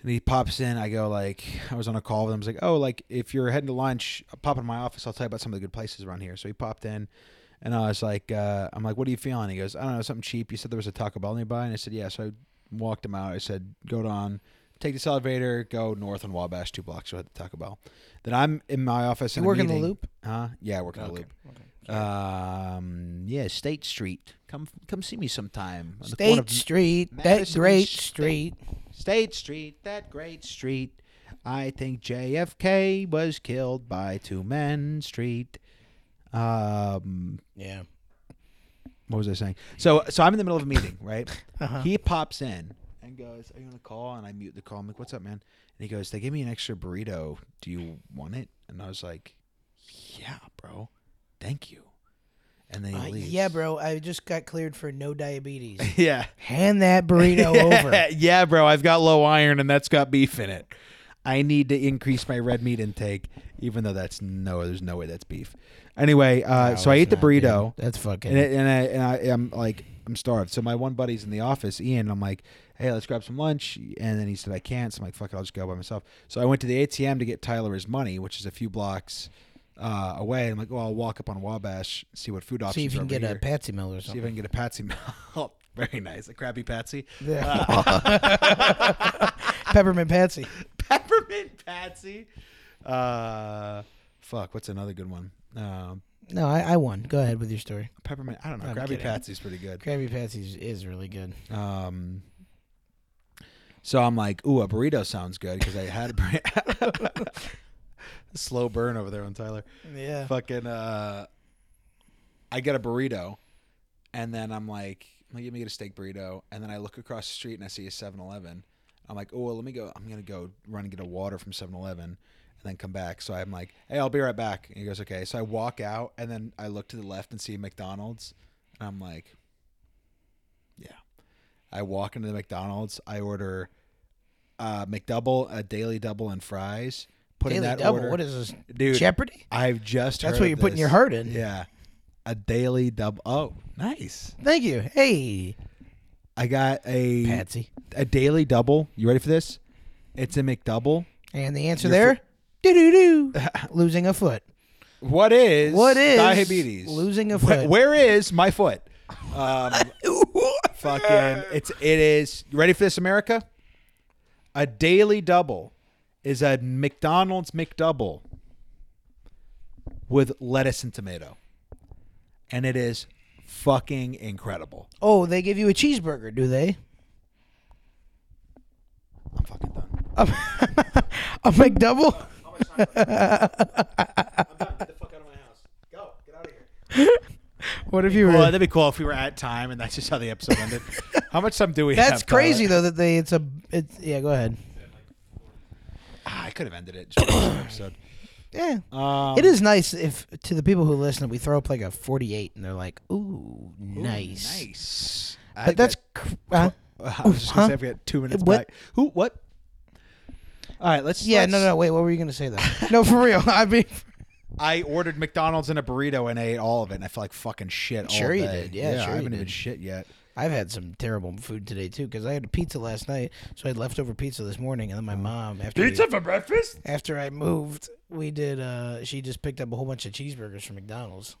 and he pops in. I go like, I was on a call with him. I was like, oh, like if you're heading to lunch, pop into my office. I'll tell you about some of the good places around here. So he popped in, and I was like, uh, I'm like, what are you feeling? He goes, I don't know, something cheap. You said there was a Taco Bell nearby, and I said, yeah. So I walked him out. I said, go down. Take this elevator, go north on Wabash, two blocks. You'll have to Taco Bell. Then I'm in my office. You and work in the loop? Huh? Yeah, I work in the loop. Um, yeah, State Street. Come, come see me sometime. on the corner State of- Street, that Madison great State. street. State Street, that great street. I think JFK was killed by two men. Street. Um, Yeah. what was I saying? So, so I'm in the middle of a meeting, right? Uh-huh. He pops in and goes, "Are you on a call?" And I mute the call. I'm like, "What's up, man?" And he goes, "They gave me an extra burrito. Do you want it?" And I was like, "Yeah, bro. Thank you." And then he Uh, leaves. yeah, bro. I just got cleared for no diabetes. Yeah. Hand that burrito over. yeah, bro. I've got low iron and that's got beef in it. I need to increase my red meat intake, even though that's no, there's no way that's beef. Anyway, uh, so I ate the burrito That's fucking. and, it, and, I, and I, I'm like, I'm starved. So my one buddy's in the office, Ian. And I'm like, hey, let's grab some lunch. And then he said, I can't. So I'm like, fuck it, I'll just go by myself. So I went to the ATM to get Tyler his money, which is a few blocks uh, away. And I'm like, well, I'll walk up on Wabash, see what food options See if you are can get over a here. Patsy Mill or See if something. I can get a Patsy melt. Very nice. A crappy Patsy. Yeah. Peppermint Patsy. Peppermint Patsy. Uh, fuck, what's another good one? Um, No, I, I won. Go ahead with your story. peppermint. I don't know. I'm Krabby kidding. Patsy's pretty good. Krabby Patsy's is really good. Um, so I'm like, ooh, a burrito sounds good because I had a burrito. Slow burn over there on Tyler. Yeah. Fucking, uh, I get a burrito, and then I'm like, I'm like, let me get a steak burrito, and then I look across the street and I see a 7-Eleven. I'm like, oh, well, let me go. I'm gonna go run and get a water from 7-Eleven, and then come back. So I'm like, hey, I'll be right back. And he goes, okay. So I walk out, and then I look to the left and see McDonald's, and I'm like, yeah. I walk into the McDonald's. I order uh, McDouble, a daily double, and fries. put in Daily that double. order. What is this? Dude, Jeopardy? I've just That's heard what of you're putting this. your heart in. Yeah. A daily double. Oh, nice. Thank you. Hey, I got a Patsy. a daily double. You ready for this? It's a McDouble. And the answer Your there? Doo doo doo. Losing a foot. What is What is diabetes? losing a Wh- foot? where is my foot? Um, fucking it's it is. You ready for this, America? A daily double is a McDonald's McDouble with lettuce and tomato, and it is fucking incredible. Oh, they give you a cheeseburger, do they? I'm fucking done. A, a McDouble? Get the fuck out of my house. Go. Get out of here. What if you Well, were? that'd be cool if we were at time, and that's just how the episode ended. how much time do we have? That's Colin? crazy though that they it's a it's yeah. Go ahead. Ah, I could have ended it. Just before the episode. Yeah, Um, it is nice if to the people who listen we throw up like a forty-eight and they're like, ooh, nice. Nice. But that's cr- uh, I was just gonna say huh? if we had two minutes What? back. Who? What? All right, let's. yeah. let's- No, no. Wait, what were you gonna say though? no, for real. I mean, I ordered McDonald's and a burrito and I ate all of it, and I feel like fucking shit. all Sure you day. did. Yeah, sure I you haven't even did. shit yet. I've had some terrible food today too because I had pizza last night, so I had leftover pizza this morning, Oh. and then my mom after we- for breakfast? after I moved, we did. uh She just picked up a whole bunch of cheeseburgers from McDonald's.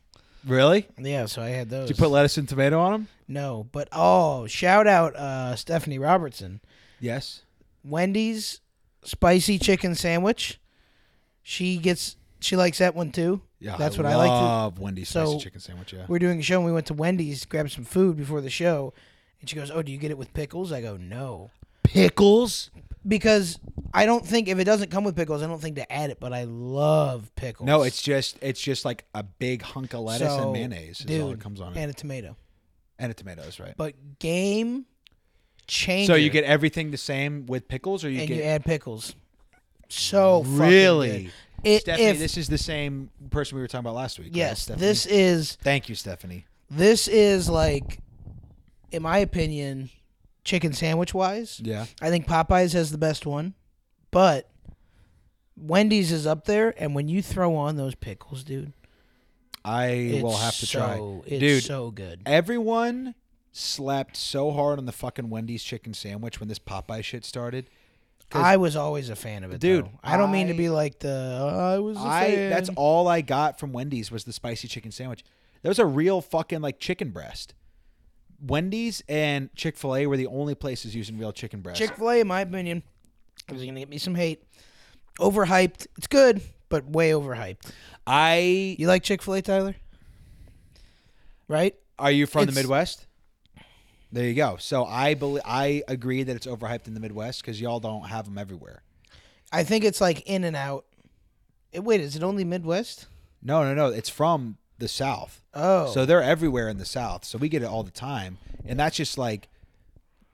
Really? Yeah, so I had those. Did you put lettuce and tomato on them? no, but oh, shout out uh Stephanie Robertson. Yes. Wendy's spicy chicken sandwich. She gets she likes that one too. Yeah, I that's what love I like. Wendy's So- spicy chicken sandwich. Yeah. To, we're doing a show and we went to Wendy's, grabbed some food before the show, and she goes, "Oh, do you get it with pickles?" I go, "No," Pickles. because I don't think if it doesn't come with pickles, I don't think to add it. But I love pickles. No, it's just it's just like a big hunk of lettuce So, and mayonnaise is all that dude, comes on it, and, and a tomato. a tomato is right? But game change. So you get everything the same with pickles, or you and get you add pickles. So fucking really. good. It- Stephanie, if- this is the same person we were talking about last week. right, yes, Stephanie? this is Thank you, Stephanie. this is like, in my opinion, chicken sandwich wise. Yeah. I think Popeyes has the best one, but Wendy's is up there. And when you throw on those pickles, dude, I it's will have to so, try. It's Dude, so good. everyone slept so hard on the fucking Wendy's chicken sandwich when this Popeye shit started. 'cause- I was always a fan of it, Dude, though. I don't mean to I- be like the "Oh, I was. a I fan." that's all I got from Wendy's was the spicy chicken sandwich. That was a real fucking like chicken breast. Wendy's and Chick fil A were the only places using real chicken breast. Chick Fil A, in my opinion, is going to get me some hate. Overhyped. It's good, but way overhyped. I You like Chick Fil A, Tyler? Right? Are you from the It's- Midwest? There you go. So I believe I agree that it's overhyped in the Midwest because y'all don't have them everywhere. I think it's like In and Out. Eh, Wait, is it only Midwest? No, no, no. It's from the South, Oh, so they're everywhere in the South. So we get it all the time, and that's just like,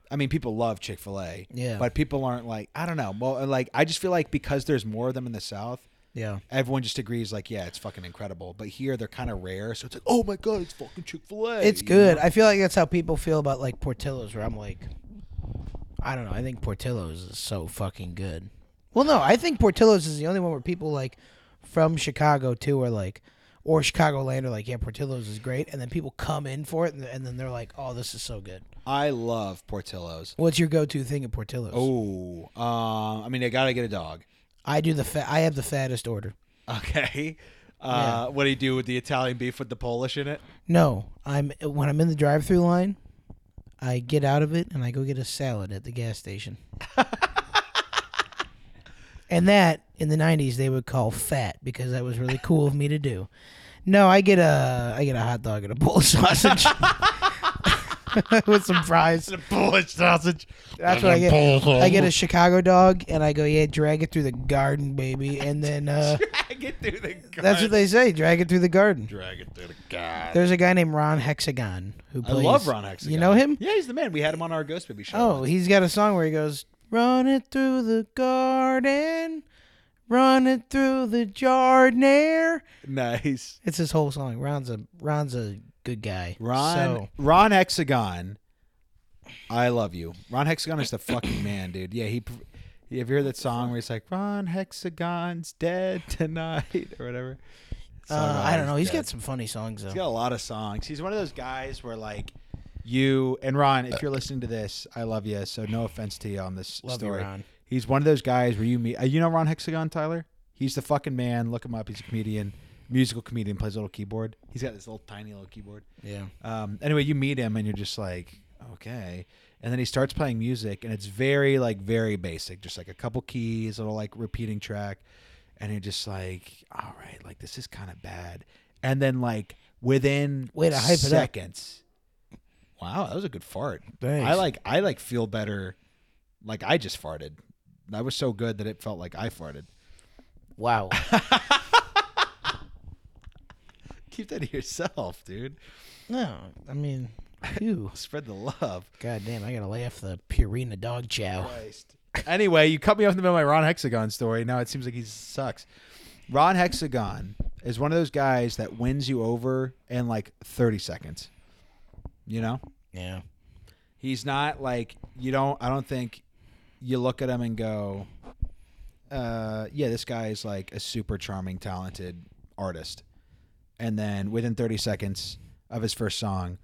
I mean, people love Chick Fil A, Yeah. but people aren't like, I don't know. Well, like I just feel like because there's more of them in the South, yeah. everyone just agrees like, yeah, it's fucking incredible. But here they're kind of rare, so it's like, oh my god, it's fucking Chick Fil A. It's good. I feel like that's how people feel about like Portillo's, where I'm like, I don't know. I think Portillo's is so fucking good. Well, no, I think Portillo's is the only one where people like from Chicago too are like, or Chicagoland are like, yeah, Portillo's is great, and then people come in for it, and, and then they're like, oh, this is so good. I love Portillo's. What's your go-to thing at Portillo's? Oh, um, I mean, I gotta get a dog. I do the fa- I have the fattest order. Okay. Uh, What do you do with the Italian beef with the Polish in it? No, I'm when I'm in the drive-through line, I get out of it and I go get a salad at the gas station. and that in the '90s they would call fat because that was really cool of me to do. No, I get a I get a hot dog and a bowl of sausage with some fries. Bullet sausage. That's what I get. I get a Chicago dog and I go yeah, drag it through the garden, baby, and then uh, Drag it through the garden. that's what they say, drag it through the garden. Drag it through the garden. There's a guy named Ron Hexagon who I plays. love Ron Hexagon. You know him? Yeah, he's the man. We had him on our Ghost Baby show. Oh, he's got a song where he goes, "Run it through the garden, run it through the jardinaire." nice. It's his whole song. Ron's a Ron's a good guy. Ron So, Ron Hexagon. I love you. Ron Hexagon is the fucking man, dude. Yeah, he pr- he- You ever hear that song where he's like, "Ron Hexagon's dead tonight" or whatever? Uh, I don't know. He's He's got some funny songs though. He's got a lot of songs. He's one of those guys where like you and Ron, if you're listening to this, I love you. So no offense to you on this Love you, story. Ron. He's one of those guys where you meet. Uh, you know Ron Hexagon, Tyler. He's the fucking man. Look him up. He's a comedian, musical comedian, plays a little keyboard. He's got this little tiny little keyboard. Yeah. Um, anyway, you meet him and you're just like, okay. And then he starts playing music and it's very like very basic, just like a couple keys, a little like repeating track, and you're just like, all right, like this is kind of bad. And then like within Way to hype it up. seconds, wow, that was a good fart. Thanks. I like I like feel better, like I just farted. That was so good that it felt like I farted. Wow. Keep that to yourself, dude. no, I mean, phew. Spread the love. God damn, I gotta lay off the Purina dog chow. anyway, you cut me off in the middle of my Ron Hexagon story. Now it seems like he sucks. Ron Hexagon is one of those guys that wins you over in like 30 seconds. You know? Yeah. He's not like you don't I don't think you look at him and go uh yeah, this guy is like a super charming talented artist. And then within 30 seconds of his first song,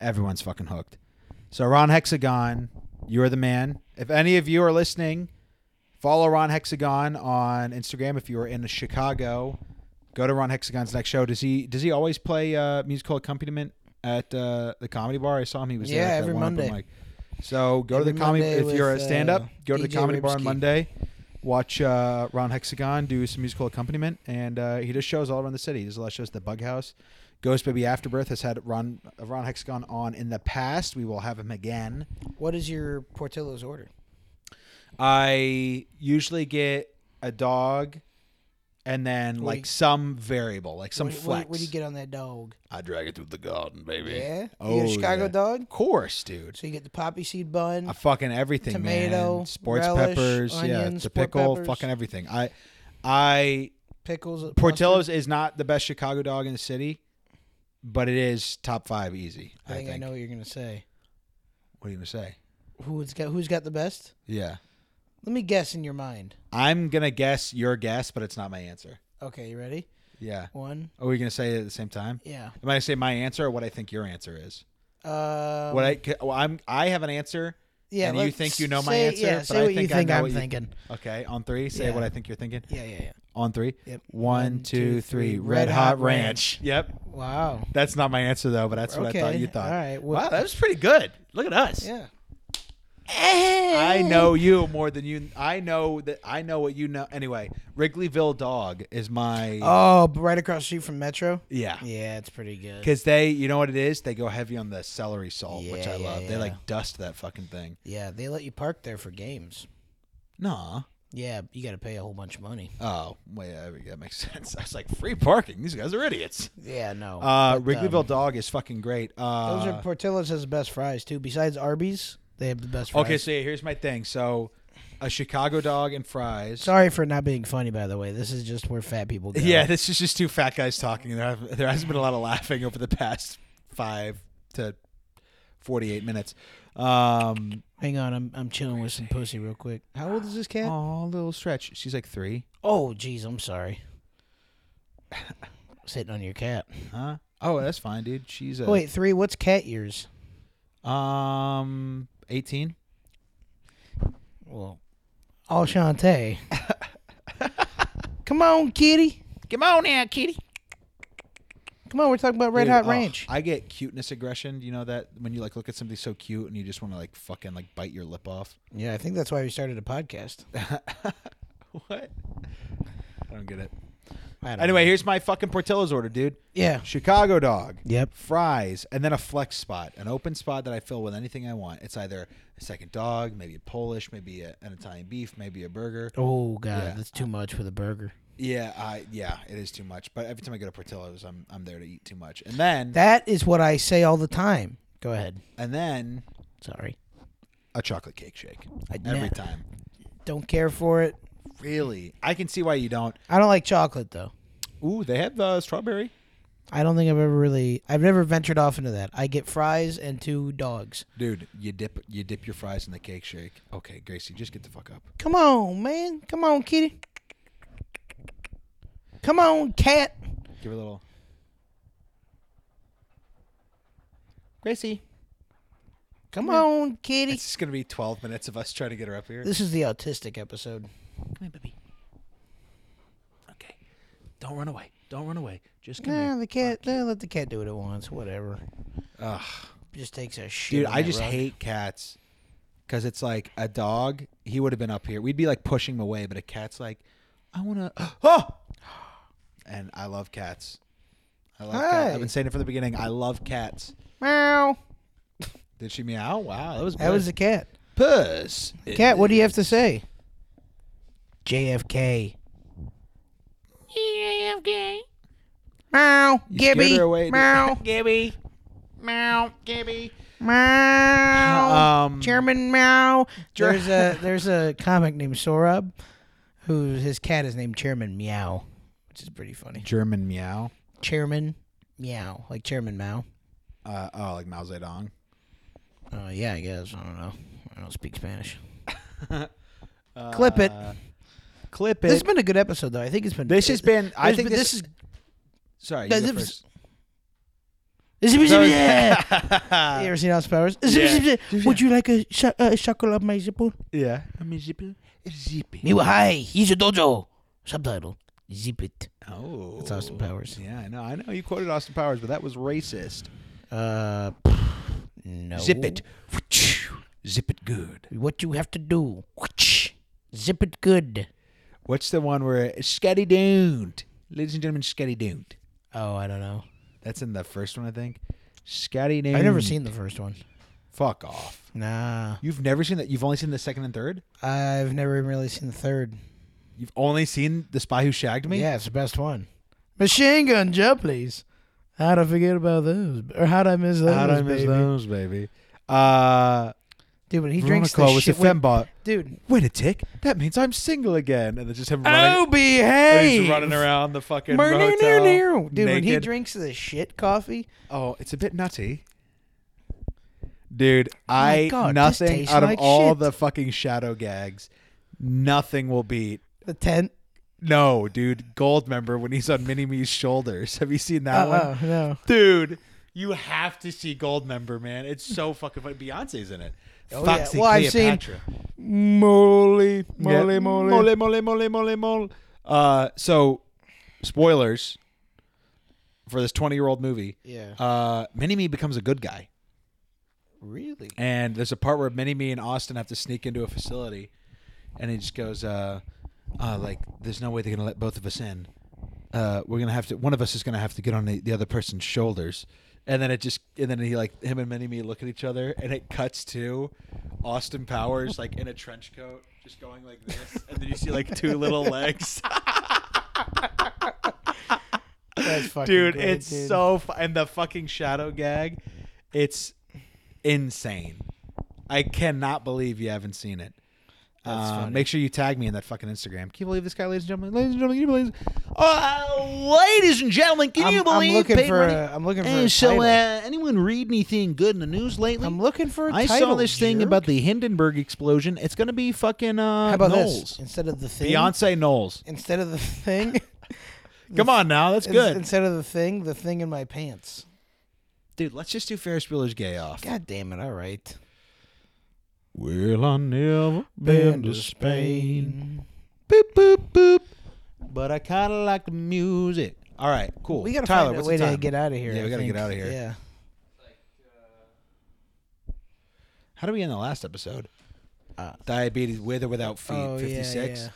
everyone's fucking hooked. So Ron Hexagon, you're the man. If any of you are listening, follow Ron Hexagon on Instagram if you are in Chicago. Go to Ron Hexagon's next show. Does he does he always play uh, musical accompaniment at uh, the comedy bar? I saw him. He was there at Yeah, that every one open Monday. mic. So go to Every the comedy Monday if you're a with, stand up. uh, go to the DJ comedy bar on Ribsky. Monday. Watch uh, Ron Hexagon do some musical accompaniment, and uh, he does shows all around the city. He does a lot of shows at the Bug House. Ghost Baby Afterbirth has had Ron uh, Ron Hexagon on in the past. We will have him again. What is your Portillo's order? I usually get a dog and then do like you- some variable, like some What, what- flex. what do you get on that dog? I drag it through the garden, baby. Yeah. Oh, you get a Chicago yeah. dog? Of course, dude. So you get the poppy seed bun. I fucking everything, Tomato, man. Sports relish, peppers, yeah, onions, the sport pickle, peppers. fucking everything. I I pickles. Portillo's is not the best Chicago dog in the city, but it is top 5 easy. I think, I know what you're gonna say. What are you going to say? Who's got Who's got the best? Yeah. Let me guess in your mind. I'm going to guess your guess, but it's not my answer. Okay, you ready? Yeah. One. Are we going to say it at the same time? Yeah. Am I going to say my answer or what I think your answer is? Um, What I c- well, I'm I have an answer. Yeah. and you let's think you know my say- answer, Yeah. but Say I what you think I think know I'm what you- thinking. Okay, on three, say Yeah. what I think you're thinking. Yeah. Yeah. Yeah. On three. Yep. One, two, three. Red, Hot Ranch. Yep. Wow. That's not my answer though, but that's what I thought Okay, you thought. all right, well- wow, that was pretty good. Look at us. Yeah. I know you more than you. I know that I know what you know. Anyway, Wrigleyville Dog is my. Oh, but right across the street from Metro. yeah. Yeah, it's pretty good. Because they, you know what it is? They go heavy on the celery salt, which Yeah, I yeah, love. They yeah. like dust that fucking thing. Yeah, they let you park there for games. Nah. Yeah, you got to pay a whole bunch of money. Oh, wait, that makes sense. I was like, free parking. These guys are idiots. Yeah, no. Uh, But, um, Wrigleyville dog is fucking great. Uh, Those are Portillo's has the best fries too. Besides Arby's, they have the best fries. okay, so yeah, here's my thing. So, a Chicago dog and fries. sorry for not being funny. By the way, this is just where fat people go. Yeah, this is just two fat guys talking. There, have, there hasn't been a lot of laughing over the past five to forty-eight minutes. Um, Hang on, I'm I'm chilling with some pussy real quick. How old is this cat? oh, little stretch. She's like three, Oh, jeez, I'm sorry. Sitting on your cat. huh? Oh, that's fine, dude. She's a, Oh, wait, three. What's cat years? um, eighteen. Well, all Shantae. Come on, kitty. Come on now, kitty. Come on, we're talking about Red Dude, Hot oh, Ranch. I get cuteness aggression. You know that when you like look at something so cute and you just want to like fucking like bite your lip off. yeah, I think that's why we started a podcast. What? I don't get it. I don't Anyway, here's my fucking Portillo's order, dude. know. yeah, Chicago dog. Yep. Fries, and then a flex spot, an open spot that I fill with anything I want. It's either a second dog, maybe a Polish, maybe a, an Italian beef, maybe a burger. Oh god, Yeah. that's too much for the burger. Yeah, I yeah, it is too much. But every time I go to Portillo's, I'm I'm there to eat too much. And then That is what I say all the time. Go ahead. and then Sorry. a chocolate cake shake I every ne- time. Don't care for it. Really, I can see why you don't. I don't like chocolate though. Ooh, they have uh, strawberry. I don't think I've ever really. I've never ventured off into that. I get fries and two dogs. Dude, you dip you dip your fries in the cake shake. Okay, Gracie, just get the fuck up. Come on, man. Come on, kitty. Come on, cat. Give her a little. Gracie. Come on, kitty. It's just gonna be twelve minutes of us trying to get her up here. This is the autistic episode. Okay. Don't run away. Don't run away. Just come Nah, here. the cat. Nah, let the cat do what it wants. Whatever. Ugh. Just takes a shit. Dude, on I that just rug. hate cats. Cause it's like a dog, he would have been up here. We'd be like pushing him away, but a cat's like, I wanna Oh And I love cats. I love cats. Hi. I've been saying it from the beginning. I love cats. Meow. Did she meow? Wow, that was That was the cat. puss. Cat, what do you have to say? JFK. JFK. Meow. scared Gibby. her away, dude. Meow. Gibby. Meow. Um, Chairman Meow. There's a there's a comic named Sorab, who his cat is named Chairman Meow, which is pretty funny. German meow. Chairman Meow, like Chairman Mao. Uh, oh, like Mao Zedong. Uh, yeah, I guess I don't know. I don't speak Spanish. Clip it. Uh, Clip This has Uh, it. been a good episode, though. I think it's been. This has been. I there's think been- this, this is. Sorry. You this go is- first. This is Sorry. yeah. You ever seen House Powers? Would you like a, sho- a shackle of my zipper? yeah. I'm a zipper. Zippy. Me wa hi. He's a dojo. Subtitle. Zip it. Oh, It's Austin Powers. Yeah, I know. I know you quoted Austin Powers, but that was racist. Uh, no. Zip it. Zip it good. What you have to do. Zip it good. What's the one where Scotty don't, ladies and gentlemen, Scotty don't. Oh, I don't know. That's in the first one, I think. Scotty don't. I've never seen the first one. Fuck off. Nah. You've never seen that. You've only seen the second and third. I've never even really seen the third. You've only seen the Spy Who Shagged Me. Yeah, it's the best one. Machine Gun Joe, please. How'd I forget about those? Or how'd I miss those? How'd I miss baby? those, baby? Uh, Dude, when he Veronica drinks the was a shit. with- fembot. Dude. Wait a tick. That means I'm single again. And then just him Oh, running, and behave. he's running around the fucking Mer- near, near, hotel. near. Dude, when he naked. drinks the shit coffee, Oh, it's a bit nutty. Dude, Oh my I God, this nothing tastes out of like all shit. the fucking shadow gags, nothing will beat. the tent. No, dude, Gold member when he's on Mini Me's shoulders. Have you seen that Uh-uh, one? no. Dude, you have to see Gold member, man. It's so fucking funny. Beyonce's in it. Oh, yeah. Foxy Well, I've seen- Cleopatra. Moly, moly, Yeah. moly. mole, mole, mole, mole, mole. Uh, so, spoilers for this twenty-year-old movie. Yeah. Uh, Mini Me becomes a good guy, Really? and there's a part where Mini Me and Austin have to sneak into a facility, and he just goes, uh, uh, "Like, there's no way they're gonna let both of us in. Uh, we're gonna have to. One of us is gonna have to get on the, the other person's shoulders." And then it just, and then he like him and Mini Me look at each other, and it cuts to Austin Powers like in a trench coat, just going like this, and then you see like two little legs. That's fucking dude great, it's dude. so fu- and the fucking shadow gag it's insane i cannot believe you haven't seen it Uh, funny. make sure you tag me in that fucking Instagram. Can you believe this guy, ladies and gentlemen? Ladies and gentlemen, can you believe? Uh, ladies and gentlemen, can I'm- you I'm believe? looking Peyton for Manning- a- I'm looking for Hey, a so, title. uh, anyone read anything good in the news lately? I'm looking for a I title. saw this thing jerk. about the Hindenburg explosion. It's gonna be fucking uh, How about Knowles. this? Instead of the thing, Beyonce Knowles. Instead of the thing, Come on now, that's good, Instead of the thing, the thing in my pants. dude. Let's just do Ferris Bueller's Gay Off. God damn it! All right. Well, I never been to Spain. Boop, boop, boop. But I kind of like the music. All right, cool. We gotta Tyler, find a what's way the to time? get out of here. Yeah, we I gotta get think. out of here. Yeah. How do we end the last episode? Uh, Diabetes with or without feet, Oh, yeah, 56. yeah.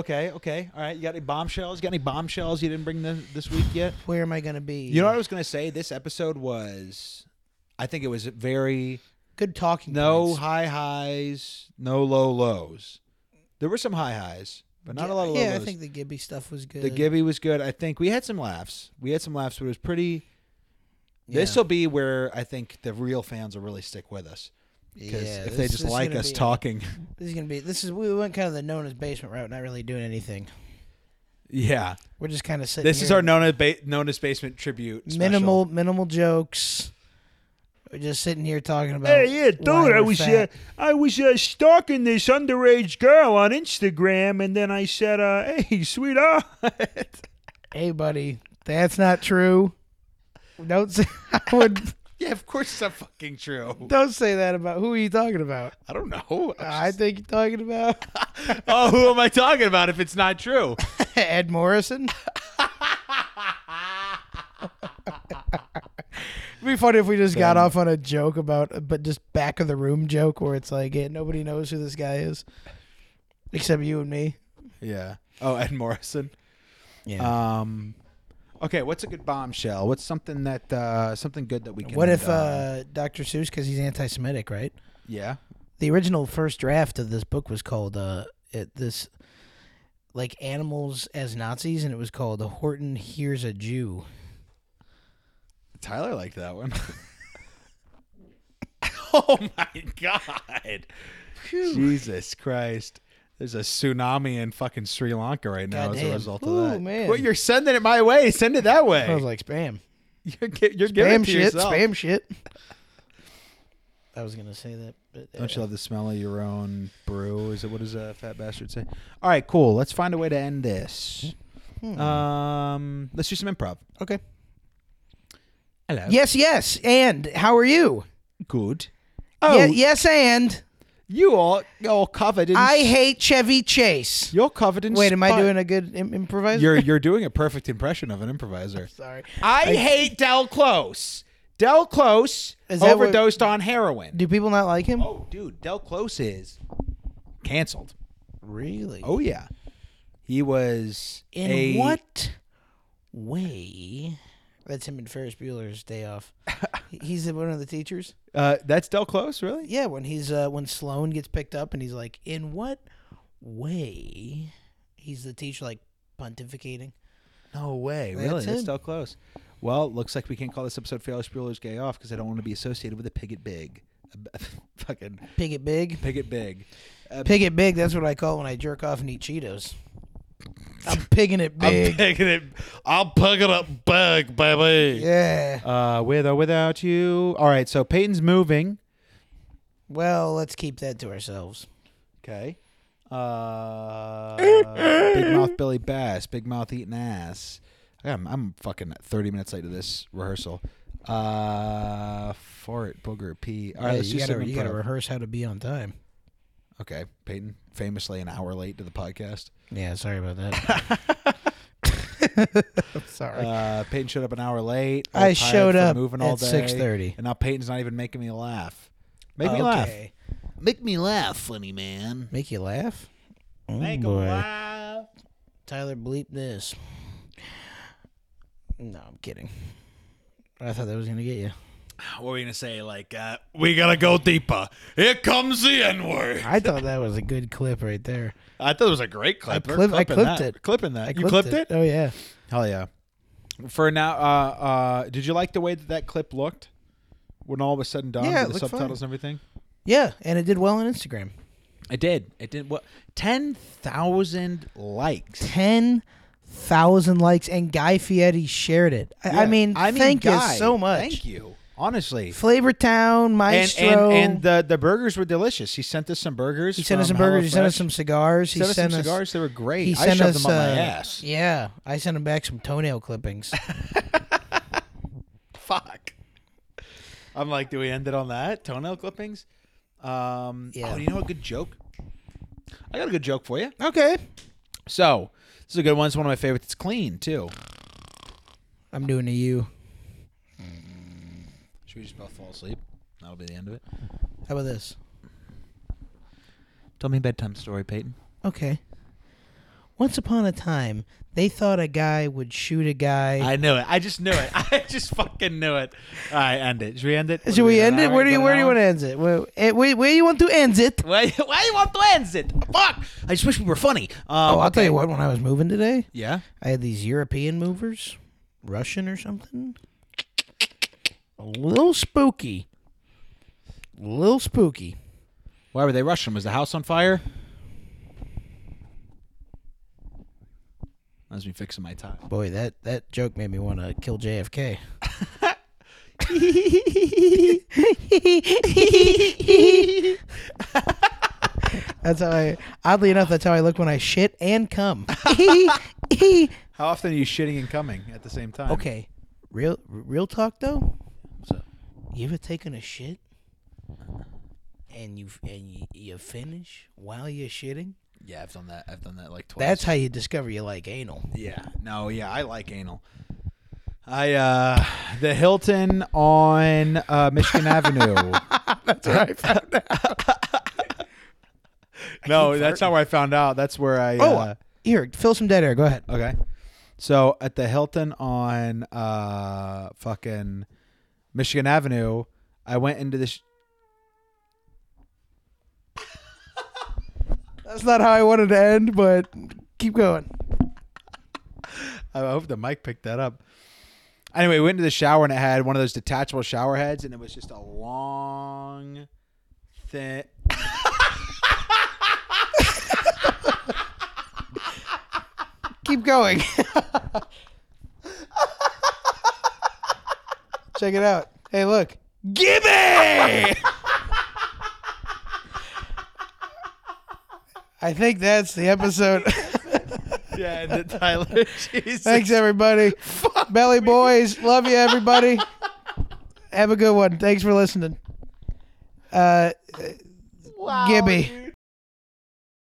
Okay, okay. All right, you got any bombshells? You got any bombshells you didn't bring the, this week yet? Where am I gonna be? You know what I was going to say? This episode was, I think it was very, good talking. no points. high highs, no low lows. There were some high highs, but not a lot of low Yeah, lows. I think the Gibby stuff was good. The Gibby was good. I think we had some laughs. We had some laughs, but it was pretty. Yeah. This will be where I think the real fans will really stick with us because Yeah, if they this- just this is like gonna us be- talking, This is gonna be. This is we went kind of the known as basement route, not really doing anything. Yeah, We're just kind of sitting. this is here. our known as, ba- known as basement tribute. special. minimal minimal jokes. We're just sitting here talking about. Hey, yeah, dude, why I we're was uh, fat. I was uh, stalking this underage girl on Instagram, and then I said, uh, "Hey, sweetheart." Hey, buddy, that's not true. Don't say I would. Yeah, of course it's not fucking true. Don't say that about who are you talking about? Uh, I don't know. I think you're talking about oh, who am I talking about if it's not true? Ed Morrison. It'd be funny if we just got off on a joke about, but just back of the room joke where it's like, yeah, nobody knows who this guy is, except you and me. Uh, Yeah. Oh, Ed Morrison. Yeah. Um Okay, what's a good bombshell? What's something that uh something good that we can What end if on? uh, Dr. Seuss, because he's anti-Semitic, right? Yeah. The original first draft of this book was called uh, it, this, like animals as Nazis, and it was called Horton Hears a Jew. Tyler liked that one. oh my god. Jesus Christ. There's a tsunami in fucking Sri Lanka right now as a Goddamn. result of Ooh, that. man. Well, you're sending it my way. Send it that way. I was like, spam, you're gi- you're giving it spam to shit, yourself. spam shit. I was gonna say that, but uh, Don't you love the smell of your own brew? Is it what does a fat bastard say? All right, cool. Let's find a way to end this. Hmm. Um, let's do some improv. uh, okay. Hello. Yes, yes, and how are you? Good. Oh, Ye- yes, and you are you're covered in. I hate Chevy Chase. you're covered in. Wait, am I spot- doing a good Im- improviser? You're you're doing a perfect impression of an improviser. sorry. I, hate Del Close. Del Close Is that what- on heroin. Do people not like him? oh, dude, Del Close is canceled. Really? Oh yeah, he was In a- what way? That's him and Ferris Bueller's Day Off. He- he's the- one of the teachers. Uh, that's Del Close, really? Yeah, when he's uh, when Sloan gets picked up, and he's like, "In what way?" He's the teacher, like pontificating. No way, That's really? That's him. Del Close. Well, looks like we can't call this episode "Ferris Bueller's Gay Off" because I don't want to be associated with a pig at big, A b- fucking Pig it big. pig at big. A Pig it big. That's what I call when I jerk off and eat Cheetos. I'm pigging it big. pigging it. I'm pigging it big, baby. yeah. Uh, with or without you. All right, so Peyton's moving. Well, let's keep that to ourselves. Okay. Uh, big mouth Billy Bass, big mouth eating ass. I'm, I'm fucking 30 minutes late to this rehearsal. Uh, fart, booger, pee. All right, Yeah, let's you do gotta, some you gotta improv. rehearse how to be on time. Okay, Peyton, famously an hour late to the podcast. Yeah, sorry about that. sorry. Uh, Peyton showed up an hour late. all I tired showed from up moving at all day, 6:30. and now Peyton's not even making me laugh. Make me laugh. Okay. Make me laugh, funny man. Make you laugh? Oh, Make 'em boy. laugh. Tyler, bleep this. No, I'm kidding. I thought that was gonna get you. What were you gonna say? Like, uh, We gotta go deeper. Here comes the N word. I thought that was a good clip right there. I thought it was a great clip. They're clip- I clipping clipped that. it. Clipping that. I you clipped it? Oh yeah. Hell yeah. For now, uh, uh, did you like the way that that clip looked? When all was said and done, Yeah, it with the looked subtitles fine. and everything. Yeah, and it did well on Instagram. It did. It did. What? Ten thousand likes. Ten thousand likes, and Guy Fieri shared it. I, I Yeah. mean, thank Guy, you so much. Thank you, honestly. Flavor Town, And, Maestro. and and the the burgers were delicious. He sent us some burgers. he sent us some from burgers. He sent us HelloFresh. some cigars. He sent us some cigars. They were great. He I sent shoved us. them on my uh, ass. Yeah, I sent him back some toenail clippings. Fuck. I'm like, do we end it on that? Toenail clippings? Um, Yeah. Oh, you know a good joke? I got a good joke for you. okay, So, this is a good one. It's one of my favorites. It's clean, too. I'm doing to you. Should we just both fall asleep? That'll be the end of it. How about this? Tell me a bedtime story, Peyton. Okay. Once upon a time, they thought a guy would shoot a guy. I knew it. I just knew it. I just fucking knew it. All right, end it. Should we end it? What Should are we at, end an it? hour? Where do Is you that Where an do you hour? want to end it? Where, eh, where, where you want to end it? Why, why do you want to end it? Fuck. I just wish we were funny. Um, Oh, I'll tell okay. you what. When I was moving today, Yeah? I had these European movers, Russian or something. A little spooky. A little spooky. Why were they Russian? Was the house on fire? That was me fixing my tie. Boy, that, that joke made me want to kill JFK. that's how I, oddly enough, that's how I look when I shit and cum. How often are you shitting and coming at the same time? okay, real real talk though. So, You ever taken a shit and you and you, you finish while you're shitting? yeah, I've done that. I've done that like twice. That's how you discover you like anal. Yeah. No, yeah, I like anal. I uh the Hilton on uh Michigan Avenue. that's where I found out. no, that's how I found out. That's where I Oh, uh, here, fill some dead air. Go ahead. okay. So at the Hilton on uh fucking Michigan Avenue, I went into this That's not how I wanted to end, but keep going. I hope the mic picked that up. Anyway, we went into the shower and it had one of those detachable shower heads, and it was just a long, thin. Keep going. Check it out. Hey, look. Gibby! I think that's the episode. Yeah, and the Tyler. Jesus. Thanks, everybody. Belly Boys, love you, everybody. Have a good one. Thanks for listening. Uh, Gibby.